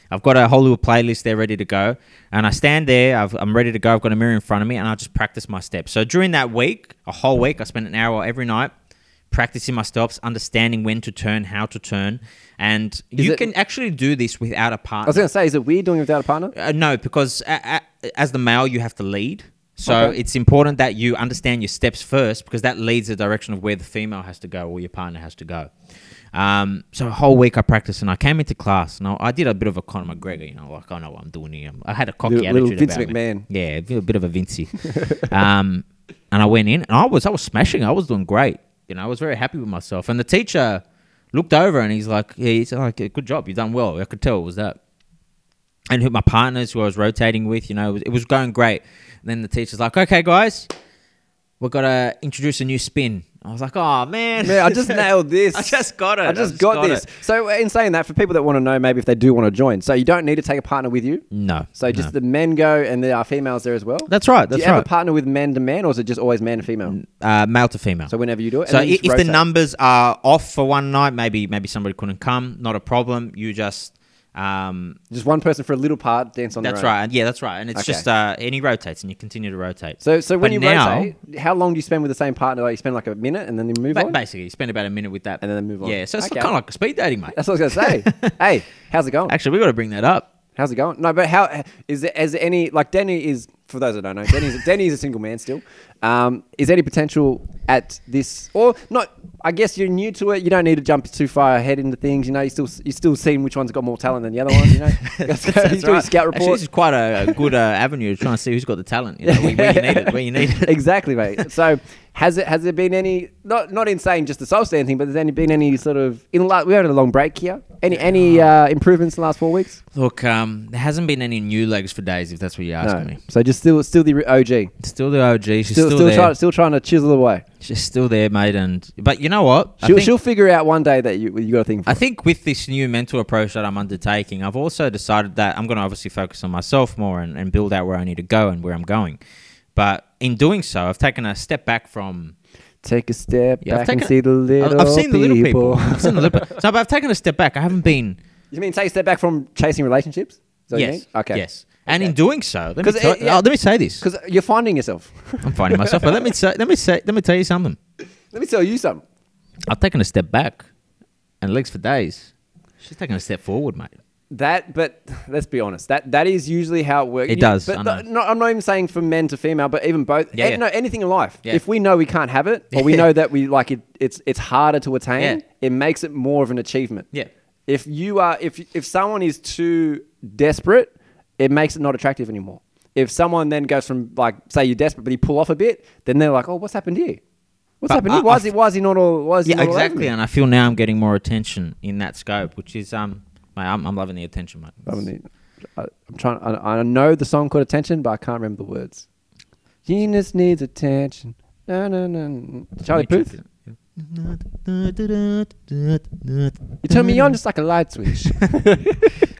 I've got a Hollywood playlist there ready to go, and I stand there. I've, I'm ready to go. I've got a mirror in front of me, and I just practice my steps. So during that week, a whole week, I spent an hour every night practicing my stops, understanding when to turn, how to turn, and you
it-
can actually do this without a
I
partner.
was going to say, is it weird doing it without a partner?
Uh, no, because a- a- as the male, you have to lead. So
Okay.
it's important that you understand your steps first because that leads the direction of where the female has to go or your partner has to go. Um, so a whole week I practiced and I came into class and I, I did a bit of a Conor McGregor, you know, like I know what I'm doing here. I had a cocky
Little- little
attitude
Vince
about
McMahon.
me. Yeah, a bit- a bit of a Vincey. um, and I went in and I was I was smashing. I was doing great. You know, I was very happy with myself. And the teacher looked over and he's like, yeah, he's like, good job, you've done well. I could tell it was that and who my partners who I was rotating with, you know, it was, it was going great. And then the teacher's like, okay, guys, we've got to introduce a new spin. I was like, oh, man.
Man, I just nailed this.
I just got it.
I just, got, this.
it.
So, uh, in saying that, for people that want to know, maybe if they do want to join, so you don't need to take a partner with you.
No.
So just the men go, and there are females there as well.
That's right,
do
that's
you ever
right.
partner with man to man, or is it just always man to female?
uh, male to female.
So whenever you do it, and
so i-
then you
if
just
the
rotate.
numbers are off for one night, maybe maybe somebody couldn't come, not a problem. You just um,
just one person for a little part, dance on. their
that's
own.
right, yeah, that's right, and it's
Okay.
just uh, and he rotates and you continue to rotate.
So, so when
But
you
now-
rotate, how long do you spend with the same partner? Like you spend like a minute, and then you move
Ba-
on.
basically, you spend about a minute with that,
And then move on.
Yeah, so it's
Okay.
kind of like a speed dating, mate.
That's what I was gonna say. hey, how's it going?
Actually, we got to bring that up.
How's it going? No, but how is there, is there any like Denny is for those that don't know, Denny's Denny is a single man still. Um, is there any potential at this or not? I guess you're new to it. You don't need to jump too far ahead into things. You know, you still you still seeing which one's got more talent than the other one. You know,
That's
you do a
right.
scout
Actually, this
report.
is quite a, a good uh, avenue to try and see who's got the talent. You know, where, where you need it, where you need it.
exactly, mate. So has it has there been any not not insane just the soul stand thing, but has any been any sort of in la- we had a long break here. Any any uh, improvements in the last four weeks?
Look, um, there hasn't been any new legs for days, if that's what you're asking me.
So just still still the OG.
Still the OG. She's
still,
still,
still,
there.
trying, still trying to chisel away.
She's still there, mate. And but you know what? I
She'll,
think,
she'll figure out one day that you you got a thing for.
I think with this new mental approach that I'm undertaking, I've also decided that I'm going to obviously focus on myself more and, and build out where I need to go and where I'm going. But in doing so, I've taken a step back from
Take a step
Yeah, I've
back and
taken-
see the
I've,
little.
I've seen the little people. I've seen the little. So, but I've taken a step back. I haven't been
you mean take a step back from chasing relationships? Is that what you
yes.
mean? Okay.
Yes. And in doing so, let me,
'Cause
tell,
it- yeah.
oh, let me say this.
Because you're finding yourself.
I'm finding myself, but let me say, let me say, let me tell you something.
Let me tell you something.
I've taken a step back, and legs for days. She's taking a step forward, mate.
That, but let's be honest. That that is usually how it works.
It does,
But
I
the-
know.
no, I'm not even saying from men to female, but even both.
Yeah,
an-
yeah.
No, anything in life.
Yeah.
If we know we can't have it, or we
Yeah.
know that we like it, it's it's harder to attain.
Yeah.
It makes it more of an achievement.
Yeah.
If you are, if if someone is too desperate, it makes it not attractive anymore. If someone then goes from like say you're desperate, but you pull off a bit, then they're like, oh, what's happened here? What's
But
happened
I-
here? Why
I
is he? Why is he not all? Why is he
Yeah,
not all over
exactly.
me?
And I feel now I'm getting more attention in that scope, which is um, mate, I'm, I'm loving the attention, mate.
I mean, I, I'm trying. I, I know the song called Attention, but I can't remember the words. Genius needs attention. No, no, no, no. Charlie Puth. You turn me on just like a light switch.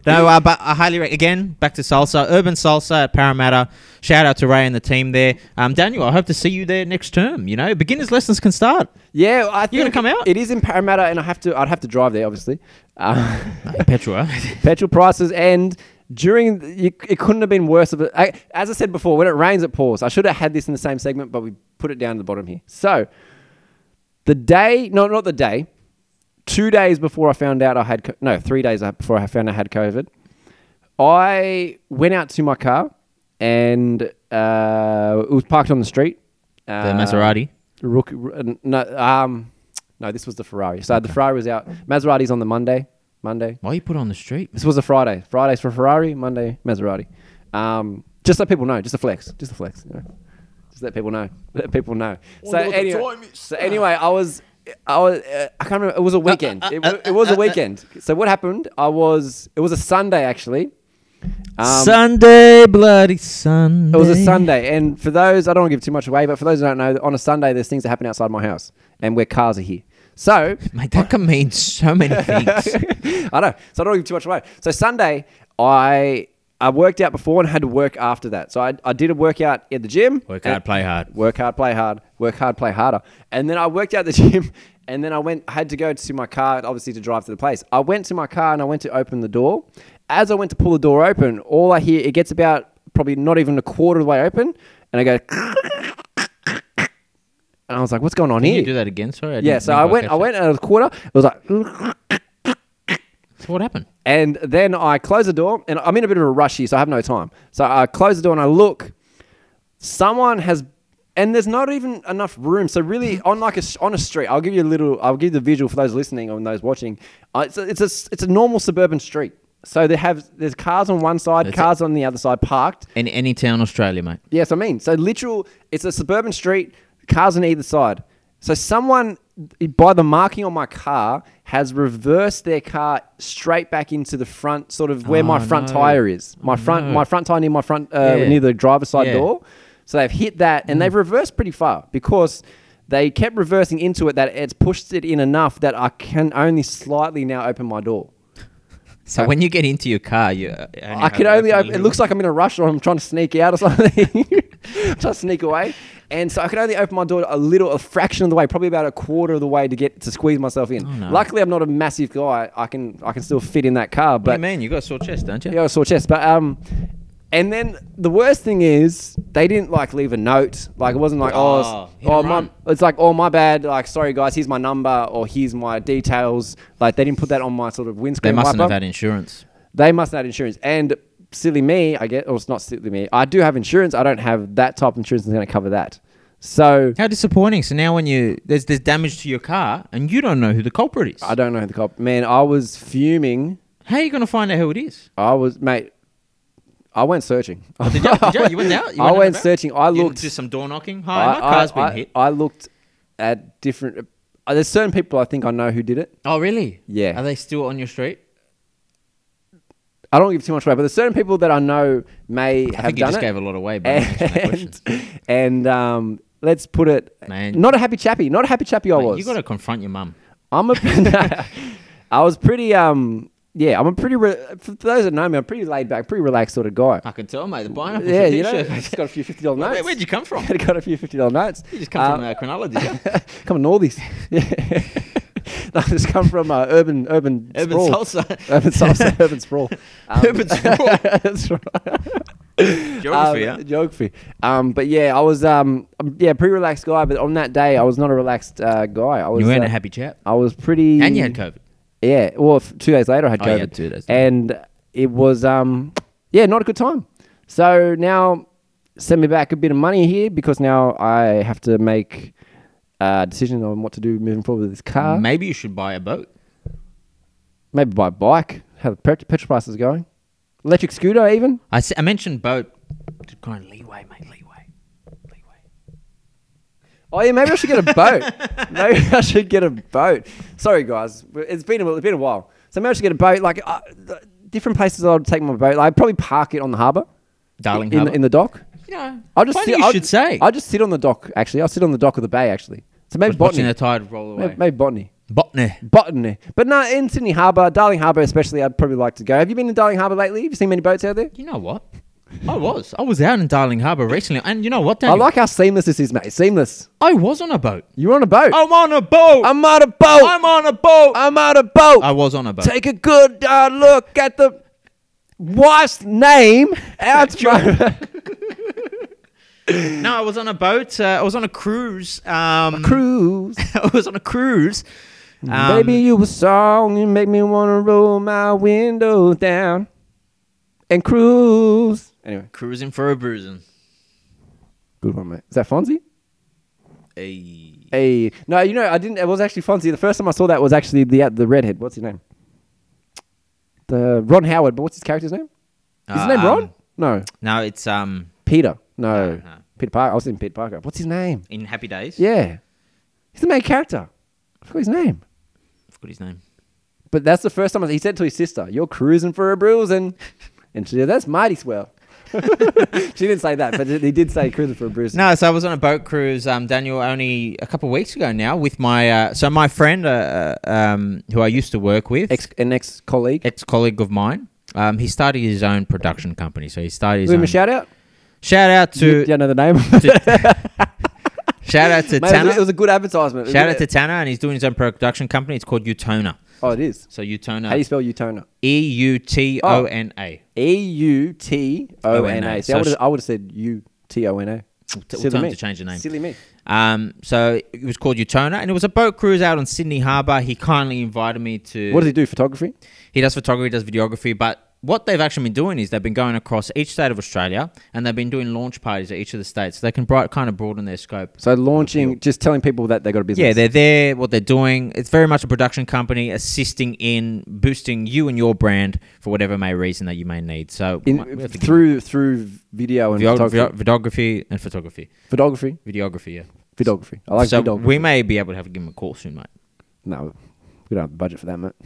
No, uh, but I highly rec- again back to salsa, urban salsa at Parramatta. Shout out to Ray and the team there. Um, Daniel, I hope to see you there next term. You know, beginners lessons can start.
yeah, I think
You gonna come out?
It is in Parramatta, and I have to. I'd have to drive there, obviously. Uh,
Petrol.
petrol prices and during the- you, it couldn't have been worse of a I, as i said before when it rains it pours i should have had this in the same segment but we put it down to the bottom here so the day no not the day two days before i found out i had co- no three days before i found out i had covid i went out to my car and uh, it was parked on the street
the
Uh,
Maserati.
Rook, r- no, um, no, this was the Ferrari. So the Ferrari was out. Maserati's on the Monday. Monday.
Why you put it on the street?
This was a Friday. Fridays for Ferrari, Monday Maserati. Um, just so people know, just a flex, just a flex. You know? Just let people know. Let people know. So
Wonder what the
anyway,
time is.
so anyway, I was, I was, uh, I can't remember. It was a weekend. it, wa- it was a weekend. so what happened? I was. It was a Sunday actually. Um,
Sunday, bloody Sunday.
it was a Sunday, and for those I don't want to give too much away, but for those who don't know, on a Sunday there's things that happen outside my house, and where cars are here. So
Mate, that can mean so many things.
I know. So I don't give too much away. So Sunday, I I worked out before and had to work after that. So I, I did a workout at the gym.
Work
and-
hard, play hard.
Work hard, play hard. Work hard, play harder. And then I worked out at the gym, and then I went. I had to go to my car, obviously, to drive to the place. I went to my car and I went to open the door, as I went to pull the door open, all I hear it gets about probably not even a quarter of the way open, and I go, and I was like, "What's going on
Can
here?"
you do that again? Sorry. I
Yeah,
didn't
so
think
I went,
catch
I
it.
went at a quarter. It was like,
So what happened?
and then I close the door, and I'm in a bit of a rush here, so I have no time. So I close the door and I look. Someone has, and there's not even enough room. So really, on like a on a street, I'll give you a little. I'll give you the visual for those listening and those watching. Uh, it's a, it's a it's a normal suburban street. So they have there's cars on one side,
That's it.
cars on the other side, parked.
In any town, in Australia, mate.
Yes, I mean, so literal, it's a suburban street, cars on either side. So someone, by the marking on my car, has reversed their car straight back into the front, sort of where my
Oh,
front
no.
tire is. My front,
no.
my front tire near my front, uh,
Yeah.
near the driver's side
Yeah. Hmm.
door. So they've hit that and they've reversed pretty far because they kept reversing into it that it's pushed it in enough that I can only slightly now open my door.
So when you get into your car, you. uh,
Uh, I can
have
only.
a
Open, it
little-
looks like I'm in a rush, or I'm trying to sneak out or something. I'm trying to sneak away, and so I could only open my door a little, a fraction of the way, probably about a quarter of the way to get to squeeze myself in.
Oh, no.
Luckily, I'm not a massive guy. I can I can still fit in that car,
What do you
but
mean? You got a sore chest, don't you?
yeah, I was sore chest. But um, and then the worst thing is they didn't like leave a note. Like it wasn't like oh,
Oh,
oh,
hit and
my,
run.
it's like oh my bad. Like sorry guys, here's my number or here's my details. Like they didn't put that on my sort of
They
windscreen.
mustn't have
wiper
had insurance.
they must not have insurance. And silly me, I get, or it's not silly me. I do have insurance. I don't have that type of insurance that's going to cover that. So
How disappointing! So now when you there's there's damage to your car and you don't know who the culprit is.
I don't know who the cop. Man, I was fuming.
How are you going to find out who it is?
I was mate. I went searching.
Oh, Did you, did you, you went out. You
I
out and
went
about?
searching. I
You
looked-
did some door knocking.
I,
Hi, my car's
I-
been
I-
hit.
I looked at different. Uh, there's certain people I think I know who did it.
oh really?
Yeah.
Are they still on your street?
I don't give too much away, but there's certain people that I know may
I
have
think you
done
just
it.
gave a lot away by answering that question.
and and um, let's put it,
Man.
not a happy chappy, not a happy chappy. I
Mate,
was.
You got to confront your mum.
I'm a. I was pretty. Um. Yeah, I'm a pretty. Re- for those that know me, I'm a pretty laid back, pretty relaxed sort of guy.
I can tell, mate. The pineapple.
Yeah, you know, just got a few fifty dollar notes.
Where, would you come from?
got a few fifty dollar notes.
You just come from uh, Cronulla, did you?
um, come on, all these. Yeah. No, I just come from uh, urban, urban,
Urban
sprawl.
salsa.
urban salsa, urban sprawl, Um,
Urban sprawl.
that's right.
Geography,
um,
huh?
geography. Um, but yeah, I was um, um, yeah, pretty relaxed guy. But on that day, I was not a relaxed uh, guy. I was
You weren't
uh,
a happy chap,
I was pretty.
and you had COVID.
Yeah. Well, f- two days later I had
Oh, you
COVID.
had two days later.
And it was um, yeah, not a good time. So now send me back a bit of money here because now I have to make a decision on what to do moving forward with this car.
Maybe you should buy a boat.
Maybe buy a bike. How the pet- petrol price is going. Electric scooter even.
I, s- I mentioned boat. to Kind of leeway, mate. Leeway. Leeway.
Oh yeah, maybe I should get a boat. maybe I should get a boat. Sorry guys, but it's been a, it's been a while. So maybe I should get a boat. Like uh, th- different places I'd take my boat. Like, I'd probably park it on the harbour,
Darling
in,
Harbour.
in the dock.
you know,
I'll just
funny
sit,
you
I'll,
should say.
I'll just sit on the dock. Actually, I'll sit on the dock of the bay. Actually, so maybe
Just watching
botany.
the tide roll away.
Maybe, maybe botany.
Botany.
Botany. But no, in Sydney Harbour, Darling Harbour especially, I'd probably like to go. Have you been to Darling Harbour lately? Have you seen many boats out there?
You know what? I was. I was out in Darling Harbour recently, and you know what?
I
Daniel?
like how seamless this is, mate. Seamless.
I was on a boat.
You're on a boat.
I'm on a boat.
I'm on a boat. I'm,
Oh. I'm on a boat.
on a boat.
I was on a boat.
Take a good uh, look at the wife's name out my
No, I was on a boat. Uh, I was on a cruise. Um,
cruise.
I was on a cruise. Um,
Maybe you were song, you make me want to roll my window down and cruise. Anyway,
cruising for a bruising.
good one, mate. Is that Fonzie?
Hey.
Hey, no, you know, I didn't. It was actually Fonzie. The first time I saw that was actually the uh, the redhead. What's his name? The Ron Howard. But what's his character's name? Is his
Uh,
name Ron?
um,
no,
No, it's um
Peter. No,
no.
Peter Parker. I was thinking Peter Parker. What's his name?
in Happy Days.
Yeah, he's the main character. I forgot his name.
I forgot his name.
But that's the first time I- he said to his sister, "You're cruising for a bruising," and she said, "That's mighty swell." she didn't say that, but he did say cruising for a bruising.
No, so I was on a boat cruise, um, Daniel, only a couple of weeks ago now with my uh, so my friend uh, uh, um, who I used to work with,
Ex, an ex colleague.
ex colleague of mine. Um, he started his own production company. So he started his
Give him
own.
a shout out.
Shout out
Do you,
to
do you know the name?
shout out to
Mate, it, was,
Tanner.
a- it was a good advertisement. It was
Shout
a-
out to Tanner, and he's doing his own production company. It's called Utona.
Oh, it is.
So Eutona.
How do you spell Eutona?
E U T O N A.
E U T O N
O-N-A.
A. See,
So
I would've-
sh-
I would have said U T O N A.
t-
Silly
time
me.
to change the name.
Silly me.
Um, so it was called Eutona, and it was a boat cruise out on Sydney Harbour. He kindly invited me to.
What does he do? Photography?
He does photography, does videography, but what they've actually been doing is they've been going across each state of Australia, and they've been doing launch parties at each of the states. So they can bright, kind of broaden their scope.
So launching, just telling people that they got a business.
Yeah, they're there, what they're doing. It's very much a production company assisting in boosting you and your brand for whatever may reason that you may need. So we might- we
in,
have to
through through video and
give- video-
photography.
video- videography and photography,
Photography,
videography. Yeah,
videography. I like
so
videography.
we may be able to have to give him a call soon, mate.
No, we don't have the budget for that, mate.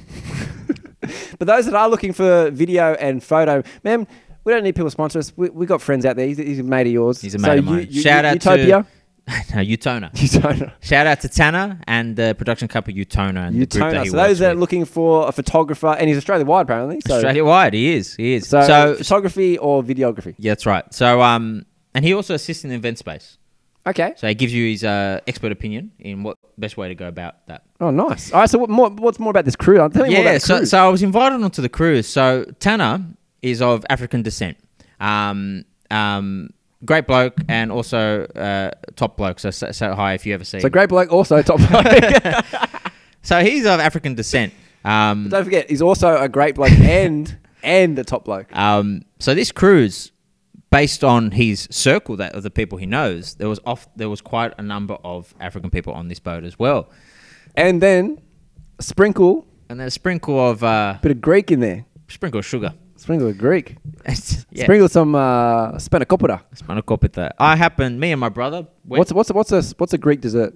but those that are looking for video and photo, man, we don't need people to sponsor us. We, we got friends out there. He's, he's a mate of yours.
He's a mate of mine. Shout out
Utopia.
to no, Utona.
Utopia.
Shout out to Tanner and the production company Utona and the group that
Utona.
he
So
works
those that are
with.
looking for a photographer, and he's Australia wide apparently. So,
Australia wide, he is, he is.
so,
So,
photography or videography.
yeah, that's right. So um, and he also assists in the event space.
Okay.
So he gives you his uh, expert opinion in what best way to go about that.
Oh, nice. All right. So what more, what's more about this crew? Tell me more about
yeah,
this
so,
crew.
so I was invited onto the cruise. So Tanner is of African descent. Um, um, great bloke and also uh, top bloke. So, so, so hi if you ever see.
So
him.
great bloke, also top bloke.
So he's of African descent. Um,
Don't forget, he's also a great bloke and and a top bloke.
um, so this cruise, based on his circle that of the people he knows, there was off there was quite a number of African people on this boat as well,
And then sprinkle
and there's a sprinkle of uh,
a bit of Greek in there.
sprinkle of sugar.
Sprinkle of Greek.
yeah.
Sprinkle some uh, spanakopita.
Sprinkle. I happened. Me and my brother. Went,
What's what's what's a what's a Greek dessert?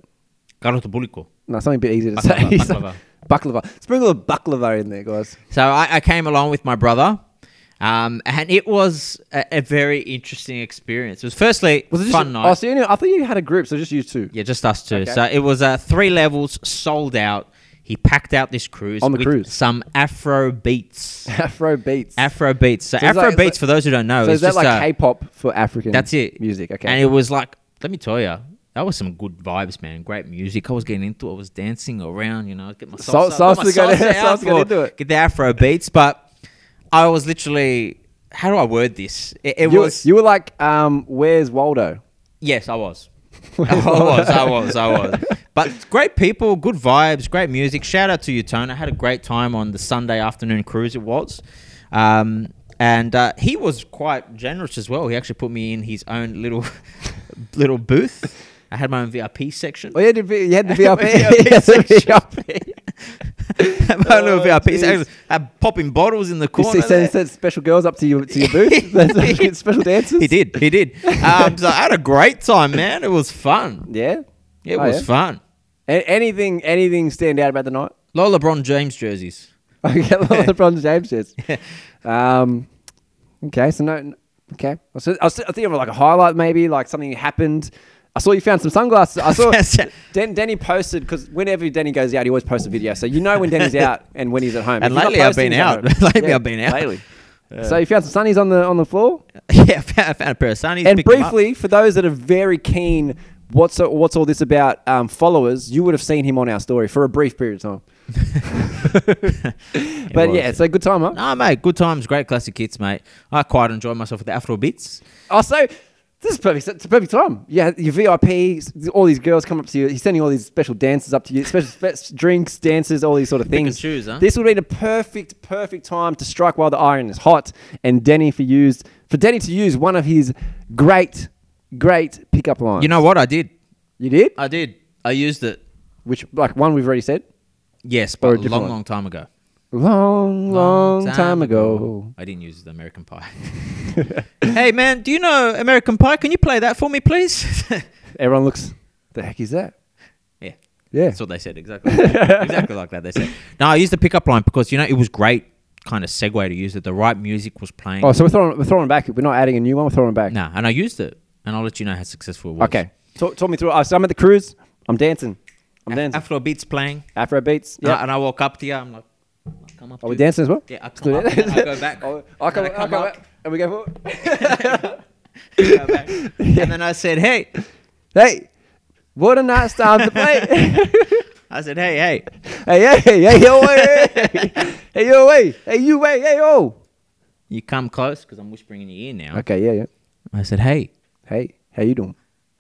Garoto buliko.
No, something a bit easier to
Baklava,
say.
baklava.
baklava. Sprinkle of baklava in there, guys.
So I, I came along with my brother, um, and it was a, a very interesting experience. It was firstly
Was it just
fun
a-
night.
Oh, so you knew, I thought you had a group, so just you two.
yeah, just us two.
Okay.
So it was uh, three levels sold out. He packed out this cruise
On the
with
cruise.
some Afro beats.
Afro beats.
Afro beats. So,
So it's
Afro
like- it's
beats,
like-
for those who don't know,
so
is
is that
just
like
uh,
K-pop for African?
that's it
Music. Okay.
And it was like, let me tell you, that was some good vibes, man. Great music. I was getting into it. I was dancing around, you know, get my
Sal-
salsa, got my
salsa got-
salsa out
salsa got
for-
into it.
get the Afro beats. But I was literally, how do I word this? It, it
you,
was
you were like, um, where's Waldo?
yes, I was. I was, I was, I was. But great people, good vibes, great music. Shout out to Utona. Had a great time on the Sunday afternoon cruise it was. Um, and uh, he was quite generous as well. He actually put me in his own little little booth. I had my own VIP section.
Oh, you had the, V- you had the VIP.
Had my own little
Oh,
VIP
jeez.
section. Had popping bottles in the
You
corner.
see,
there.
send, send special girls up to your to your booth. That's- special dances.
He did. He did. Um, so I had a great time, man. It was fun.
Yeah.
It
Oh,
was
yeah?
fun.
A- anything anything stand out about the night?
A lot of LeBron James jerseys.
Okay, LeBron James says. Um, okay, so no, okay. I was, I was thinking of like a highlight, maybe like something happened. I saw you found some sunglasses. I saw
Yes.
Den, Denny posted because whenever Denny goes out, he always posts a video. So you know when Denny's out and when he's at home.
And
If he's not
lately I've
posting,
been
he's at
out.
home.
Lately I've been out.
Lately. so you found some sunnies on the on the floor.
yeah, I found, I found a pair of sunnies.
and
picked them up.
briefly, for those that are very keen, what's what's all this about? Um, followers, you would have seen him on our story for a brief period of time. but
was.
yeah, it's a good time, huh?
Nah, mate, good times, great classic hits, mate. I quite enjoy myself with the Afro beats.
Oh, so this is perfect. It's a perfect time. Yeah, your VIP, all these girls come up to you. He's sending all these special dances up to you, special spe- drinks, dances, all these sort of
and
things.
choose, huh?
This would be the perfect, perfect time to strike while the iron is hot, and Denny for used for Denny to use one of his great, great pickup lines.
You know what? I did.
you did,
I did. I used it.
which like one we've already said.
Yes,
Or a
but a
different
long,
one.
long time ago.
Long, long, time ago.
I didn't use the American Pie. hey, man, do you know American Pie? Can you play that for me, please?
Everyone looks. The heck is that?
yeah.
Yeah.
That's what they said. Exactly. exactly like that. They said. No, I used the pickup line because, you know, it was great kind of segue to use it. The right music was playing.
Oh, so we're throwing we're throwing it back. We're not adding a new one. We're throwing it back.
Nah, and I used it. And I'll let you know how successful it was.
Okay. Talk, talk me through. Uh, so I'm at the cruise. I'm dancing. I'm
Af-
dancing.
Afro beats playing.
Afro beats.
Yeah.
Yeah.
and I walk up to you. I'm like, I come up.
Are
to
we
you.
dancing as well?
Yeah, I
Let's do
come up.
that.
and I go back.
Oh, I come, I come
up,
back. And we go forward.
go back. And then I said, hey,
Hey, what a nice time to play.
I said, hey, hey.
Hey, hey, hey, hey, yo, hey, hey, hey, yo, hey, hey, you, hey, hey, oh.
You come close because I'm whispering in your ear now.
Okay, yeah, yeah.
I said, hey.
Hey, how you doing?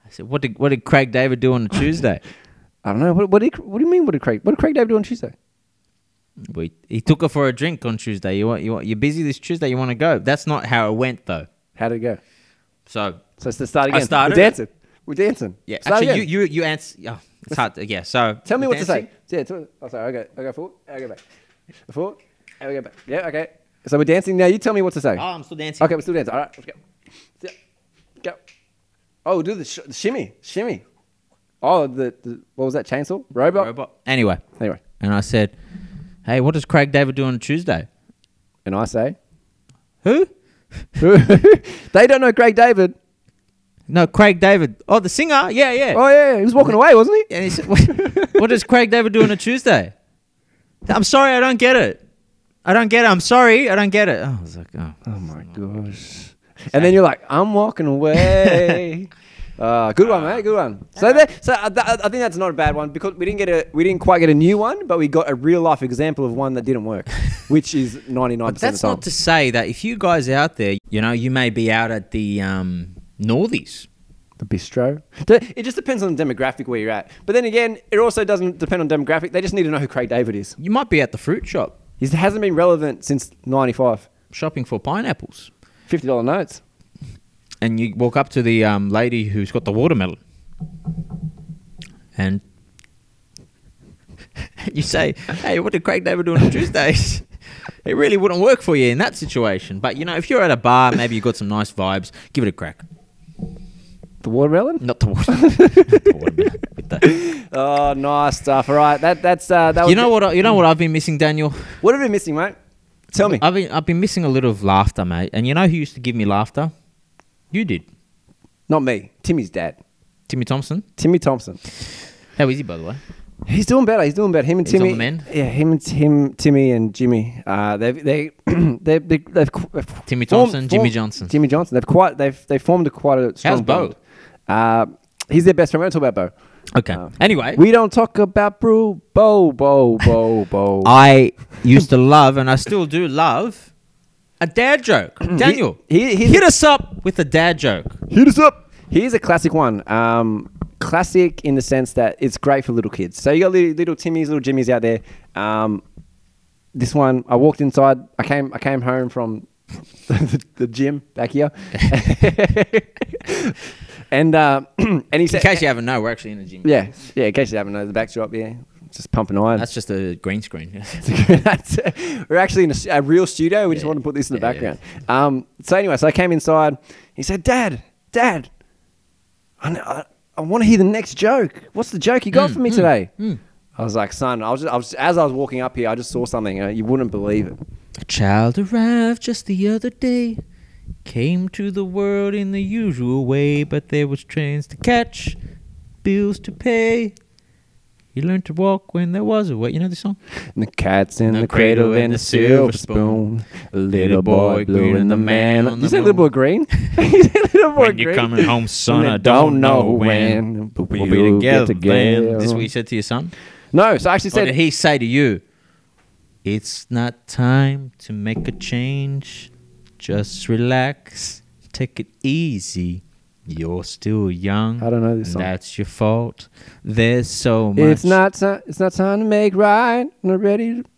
I said, what did, what did Craig David do on a Tuesday?
I don't know. What, what, did, what do you mean? What did Craig? What did Craig David do on Tuesday?
we, he took her for a drink on Tuesday. You want, you want, you're busy this Tuesday. You want to go? That's not how it went though.
How did it go?
So
So let's just start
I
again.
started.
We're dancing. We're dancing.
yeah,
Start
actually,
again.
you you you answer. Oh, it's hard. To, yeah. So
Tell me
the
what to
dancing-
say. Yeah, tell me. Oh, sorry. I go, I go forward. I go back. Forward. I go back. Yeah, okay. So we're dancing now. You tell me what to say.
Oh, I'm still dancing.
Okay, we're still dancing. All right, let's go. Yeah. Go. Oh, we'll do the, sh- the shimmy. Shimmy. Oh, the, the, what was that? Chainsaw? Robot?
Robot. Anyway,
Anyway.
and I said, hey, what does Craig David do on a Tuesday?
And I say,
Who?
they don't know Craig David.
No, Craig David. Oh, the singer. Yeah, yeah.
Oh, yeah. He was walking away, wasn't he?
And he said, what, what does Craig David do on a Tuesday? I'm sorry, I don't get it. I don't get it. I'm sorry, I don't get it. Oh, I was like, oh.
Oh my gosh. And then you're like, I'm walking away. Uh, good one, mate. Good one. So, that, so I, th- uh, I think that's not a bad one because we didn't get a, we didn't quite get a new one, but we got a real life example of one that didn't work, which is ninety nine percent of
That's
the time.
not to say that if you guys out there, you know, you may be out at the um, Northies.
the bistro. D- It just depends on the demographic where you're at. But then again, it also doesn't depend on demographic. They just need to know who Craig David is.
You might be at the fruit shop
He hasn't been relevant since '95.
shopping for pineapples.
Fifty dollar notes.
And you walk up to the um, lady who's got the watermelon. And you say, hey, what did Craig David do on Tuesdays? it really wouldn't work for you in that situation. But, you know, if you're at a bar, maybe you've got some nice vibes, give it a crack.
The watermelon.
Not the watermelon. Not the watermelon. With the-
Oh, nice stuff. All right, that that's uh, that. Was
You know what? I- You know what I've been missing, Daniel.
What have we been missing, mate? Tell me.
I've been, I've been missing a little of laughter, mate. And you know who used to give me laughter? You did.
Not me. Timmy's dad.
Timmy Thompson.
Timmy Thompson.
How is he, by the way?
He's doing better. He's doing better. Him and
He's on
Timmy.
the mend?
Yeah, him and Tim, Timmy and Jimmy. Uh, they've they they they they've
Timmy
formed-
Thompson, Jimmy
formed-
Johnson.
Jimmy Johnson. They've quite they've they formed a quite a strong
How's Bo?
bond. Uh, he's their best friend. We're not talking about Bo. Um,
Okay. anyway,
We don't talk about Brew Bo Bo Bo Bo.
I used to love, and I still do love, a dad joke. Daniel,
he- he's-
hit us up with a dad joke.
Hit us up. Here's a classic one. Um, classic in the sense that it's great for little kids. So you got little, little Timmy's, little Jimmy's out there. Um, this one, I walked inside. I came, I came home from the, the gym back here, and uh, and he
In
said,
case you haven't know, we're actually in the gym.
yeah, yeah. In case you haven't know the backdrop, yeah, just pumping iron.
That's just a green screen.
That's- we're actually in a, s- a real studio. We just
Yeah.
want to put this in the
Yeah, yeah.
background. Um, so anyway, so I came inside. He said, "Dad, Dad, I, kn- I, I want to hear the next joke. What's the joke you
Mm,
got for me today?" I was like, "Son, I was, just, I was as I was walking up here, I just saw something. Uh, you wouldn't believe it."
a child arrived just the other day. Came to the world in the usual way, but there was trains to catch, bills to pay. He learned to walk when there was a way. You know the song?
And the cat's in the, cradle, and the silver spoon. Little boy green and the man.
on
you
the
say little boy
moon.
green? you say little boy
When
green?
you're coming home, son,
And they
I don't know when, but we'll be together, man. This is what you said to your son?
No, so I actually
Or
said
did he say to you, "It's not time to make a change. Just relax, take it easy. You're still young.
I don't know this
and
song.
That's your fault. There's so much.
It's not time. It's not time to make right. Not ready to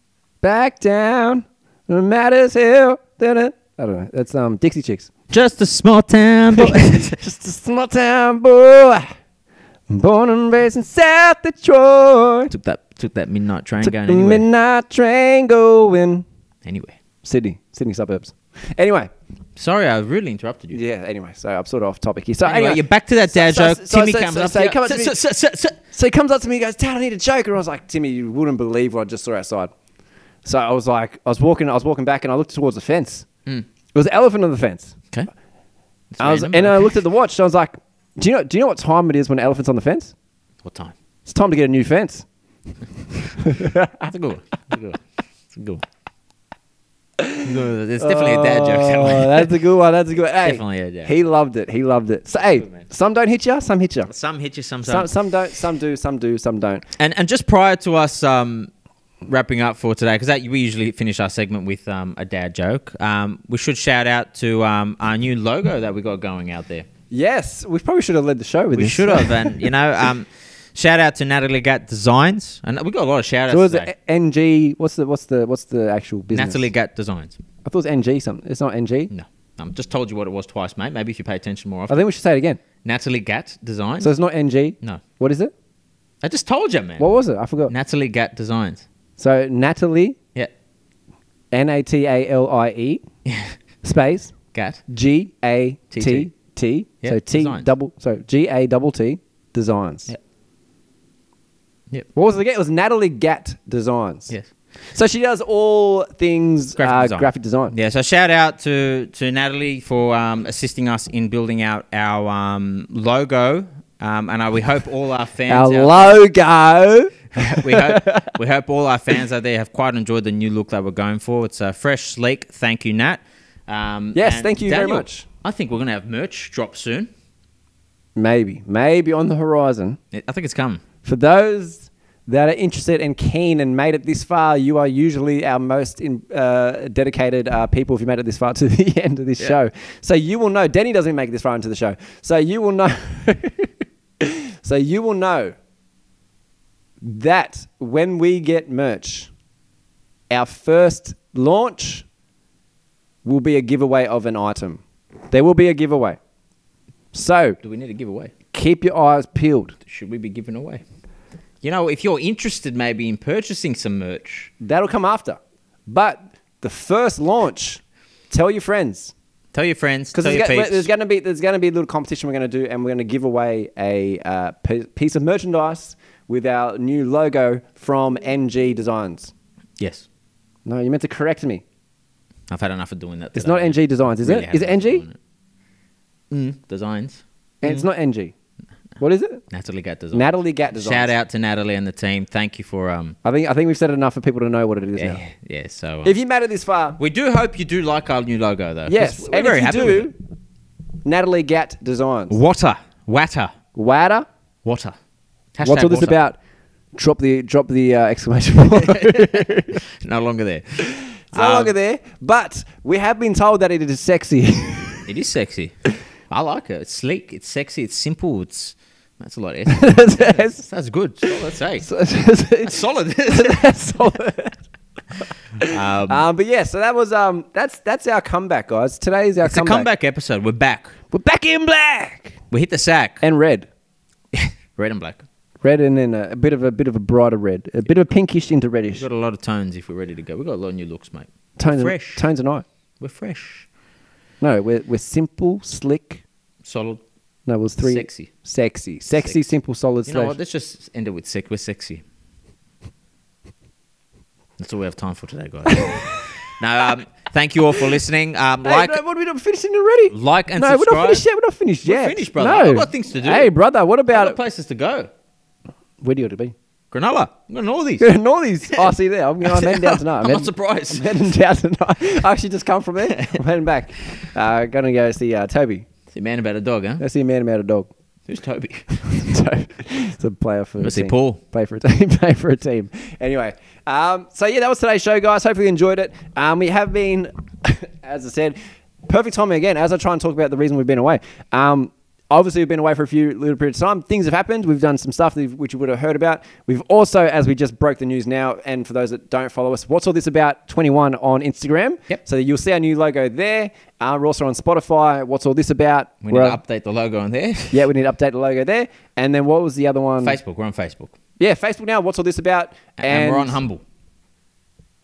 back down. No matters who. Da-da. I don't know. That's um Dixie Chicks.
just a small town boy."
Just a small town boy, born and raised in South Detroit.
took that took that midnight train
Took
going
the
anywhere.
midnight train going.
anyway,
Sydney, Sydney suburbs. Anyway,
sorry, I really interrupted you.
yeah. Anyway, so I'm sort of off topic here. So
Anyway,
anyway,
you're back to that dad
so-
joke.
so-
Timmy
so-
comes
so-
up.
so
to
he
you.
come up to
So-
me-
so- so- so-
So he comes up to me and goes, Dad, I need a joker. And I was like, Timmy, you wouldn't believe what I just saw outside. So I was like, I was walking, I was walking back and I looked towards the fence.
Hmm.
It was an elephant on the fence.
Okay. It's
I was,
random,
and I
okay.
looked at the watch. So I was like, do you, know, do you know what time it is when an elephant's on the fence?
What time?
It's time to get a new fence.
Ah, er That's a good one. That's a good one. That's a good one. er it's definitely a dad joke. That
Oh,
one.
that's a good one. That's a good. Hey,
Definitely a dad.
He loved it. He loved it. So hey,
man.
some don't hit you, some hit you.
some hit you, some
Some,
some.
some don't. Some do. Some do. Some don't.
And and just prior to us um, wrapping up for today, because we usually finish our segment with um, a dad joke. Um, we should shout out to um, our new logo that we got going out there.
Yes, we probably should have led the show with
We
this.
should have, and you know, um, shout out to Natalie Gat Designs, and we got a lot of shout outs
So was
today.
it NG? What's the what's the what's the actual business?
Natalie Gat Designs.
I thought it was NG something. It's not NG.
No, I um, just told you what it was twice, mate. Maybe if you pay attention more
I
often.
think we should say it again.
Natalie Gat Designs.
So it's not NG.
no,
What is it?
I just told you, man.
What was it? I forgot.
Natalie Gat Designs.
So Natalie,
Yeah,
N A T A L I E, space
Gat.
G A T
T.
T. So
Yeah,
T
designs.
double. So G A double T designs.
Yeah. Yep.
What was it again? It was Natalie Gatt Designs.
Yes.
So she does all things graphic,
Graphic
uh,
design.
design. graphic design.
Yeah, so shout out to to Natalie for um, assisting us in building out our um, logo, um, and I, we hope all our fans
Our
out there-
logo.
we hope we hope all our fans out there have quite enjoyed the new look that we're going for. It's a fresh, sleek. Thank you, Nat. Um,
Yes,
and
thank you very much.
I think we're gonna have merch drop soon.
Maybe, maybe on the horizon.
I I think it's coming.
For those that are interested and keen and made it this far, you are usually our most in, uh, dedicated uh, people if you made it this far to the end of this
Yeah.
show. So you will know. Denny doesn't make it this far into the show. So you will know. so you will know that when we get merch, our first launch will be a giveaway of an item. There will be a giveaway. So
Do we need to give away?
keep your eyes peeled.
Should we be giving away? You know, if you're interested, maybe in purchasing some merch,
That'll come after. But the first launch, tell your friends
tell your friends,
because
tell
there's,
your
go-
peeps.
there's going to be there's going to be a little competition we're going to do, and we're going to give away a uh, p- piece of merchandise with our new logo from NG Designs.
yes,
No, you meant to correct me.
I've had enough of doing that.
It's
today.
not NG Designs, is
Really
it? Is it
had enough of
NG?
doing it. Mm, designs.
And It's not NG. What is it?
Natalie Gat Designs.
Natalie Gat Designs.
Shout out to Natalie and the team. Thank you for um.
I think I think we've said enough for people to know what it is
Yeah,
now.
yeah, yeah, so um,
If you made it this far,
We do hope you do like our new logo, though. 'cause
yes,
we're
and
very
if
happy.
you
with
do,
it.
Natalie Gat Designs.
Water, water,
Water.
water. Hashtag
What's all this
water.
about? Drop the drop the uh, exclamation point.
No longer there.
it's no longer there, but we have been told that it is sexy.
It is sexy. I like it. It's sleek. It's sexy. It's simple. It's that's a lot. Of S.
That's-
that's good. Solid. Hey,
that's-
that's solid.
that's all.
um,
Um, but yeah, so that was um, that's that's our comeback, guys. Today's our
it's a comeback episode. We're back.
We're back in black
We hit the sack.
and red,
Red and black.
red and then a, a bit of a bit of a brighter red, a bit of a pinkish into reddish
We've got a lot of tones if we're ready to go. We've got a lot of new looks, mate.
tones.
fresh.
And, tones and eye.
We're fresh.
No, we're we're simple, slick.
Solid.
No, it was three
Sexy.
sexy, sexy,
Sexy.
simple, solid.
You know
slash-
what? Let's just end it with sick. We're sexy. That's all we have time for today, guys. now, um, thank you all for listening. Um,
Hey,
like,
no, what are we not finishing already?
Like and
no, we're not
subscribe.
finished yet. We're not finished
We're
yet.
finished, brother.
No.
I've got things to do.
Hey, brother, what
about
about
places to go.
where do you want to be?
Granola. I'm going to all these.
And all these. Oh, see there. I'm, I'm heading down tonight.
I'm
heading,
not surprised.
I'm heading down tonight. I actually just come from there. I'm heading back. Uh, gonna go see uh, Toby.
See, man about a dog, huh?
Go see a man about a dog.
Who's Toby?
Toby. it's a player for. a
Let's see
team.
Paul.
Play for a team. Play for a team. Anyway, um, so yeah, that was today's show, guys. Hopefully you enjoyed it. Um, we have been, as I said, perfect timing again. As I try and talk about the reason we've been away. Um, obviously we've been away for a few little period of time. Things have happened. We've done some stuff that, which you would have heard about. We've also, as we just broke the news now, and for those that don't follow us, what's all this about? Twenty one on Instagram.
Yep.
So you'll see our new logo there. Uh, we're also on Spotify. What's all this about?
We need
We're
to
on-
update the logo on there.
yeah, we need to update the logo there. And then what was the other one?
Facebook. We're on Facebook.
Yeah, Facebook now. What's all this about?
And, we're on Humble.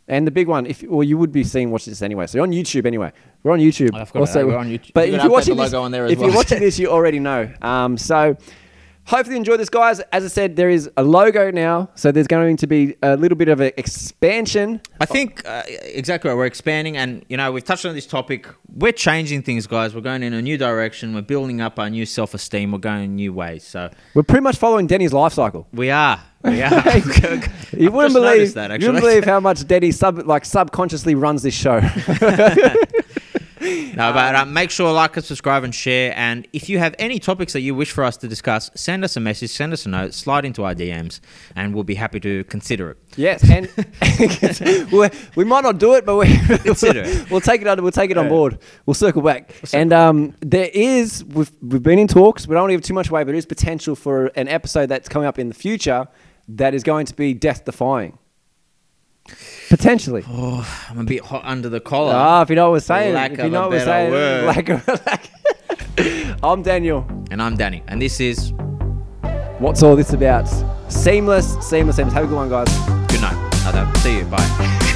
And the big one, if well, you would be seeing watch this anyway. So you're on YouTube anyway. We're on YouTube.
I forgot about that. We're on YouTube.
But
You're
if
gonna
you're watching
update the
this,
logo on there as
if
well.
you're watching this, you already know. Um, so Hopefully, you enjoyed this, guys. As I said, there is a logo now, so there's going to be a little bit of an expansion.
I think uh, exactly right. We're expanding, and you know we've touched on this topic. We're changing things, guys. We're going in a new direction. We're building up our new self-esteem. We're going in new ways. So
We're pretty much following Denny's life cycle.
we are. We are.
Like, you
I've
wouldn't
just
believe
noticed that.
you wouldn't
Actually,
believe how much Denny sub like subconsciously runs this show.
no, but uh, make sure like and subscribe and share. And if you have any topics that you wish for us to discuss, send us a message, send us a note, slide into our DMs, and we'll be happy to consider it.
yes, and we we might not do it, but we
Consider it.
we'll take it on. We'll take it on
Yeah.
board. We'll circle back. and um, there is we've we've been in talks. We don't want to give too much away, but there is potential for an episode that's coming up in the future that is going to be death defying. Potentially.
Oh, I'm a bit hot under the collar.
Ah, if you know what we're saying,
lack
if you
of
know
a
what we're
better
saying,
word.
lack of, lack- I'm Daniel.
And I'm Danny, and this is
What's all this about? Seamless, seamless, seamless. Have a good one, guys.
good night. Another- See you. Bye.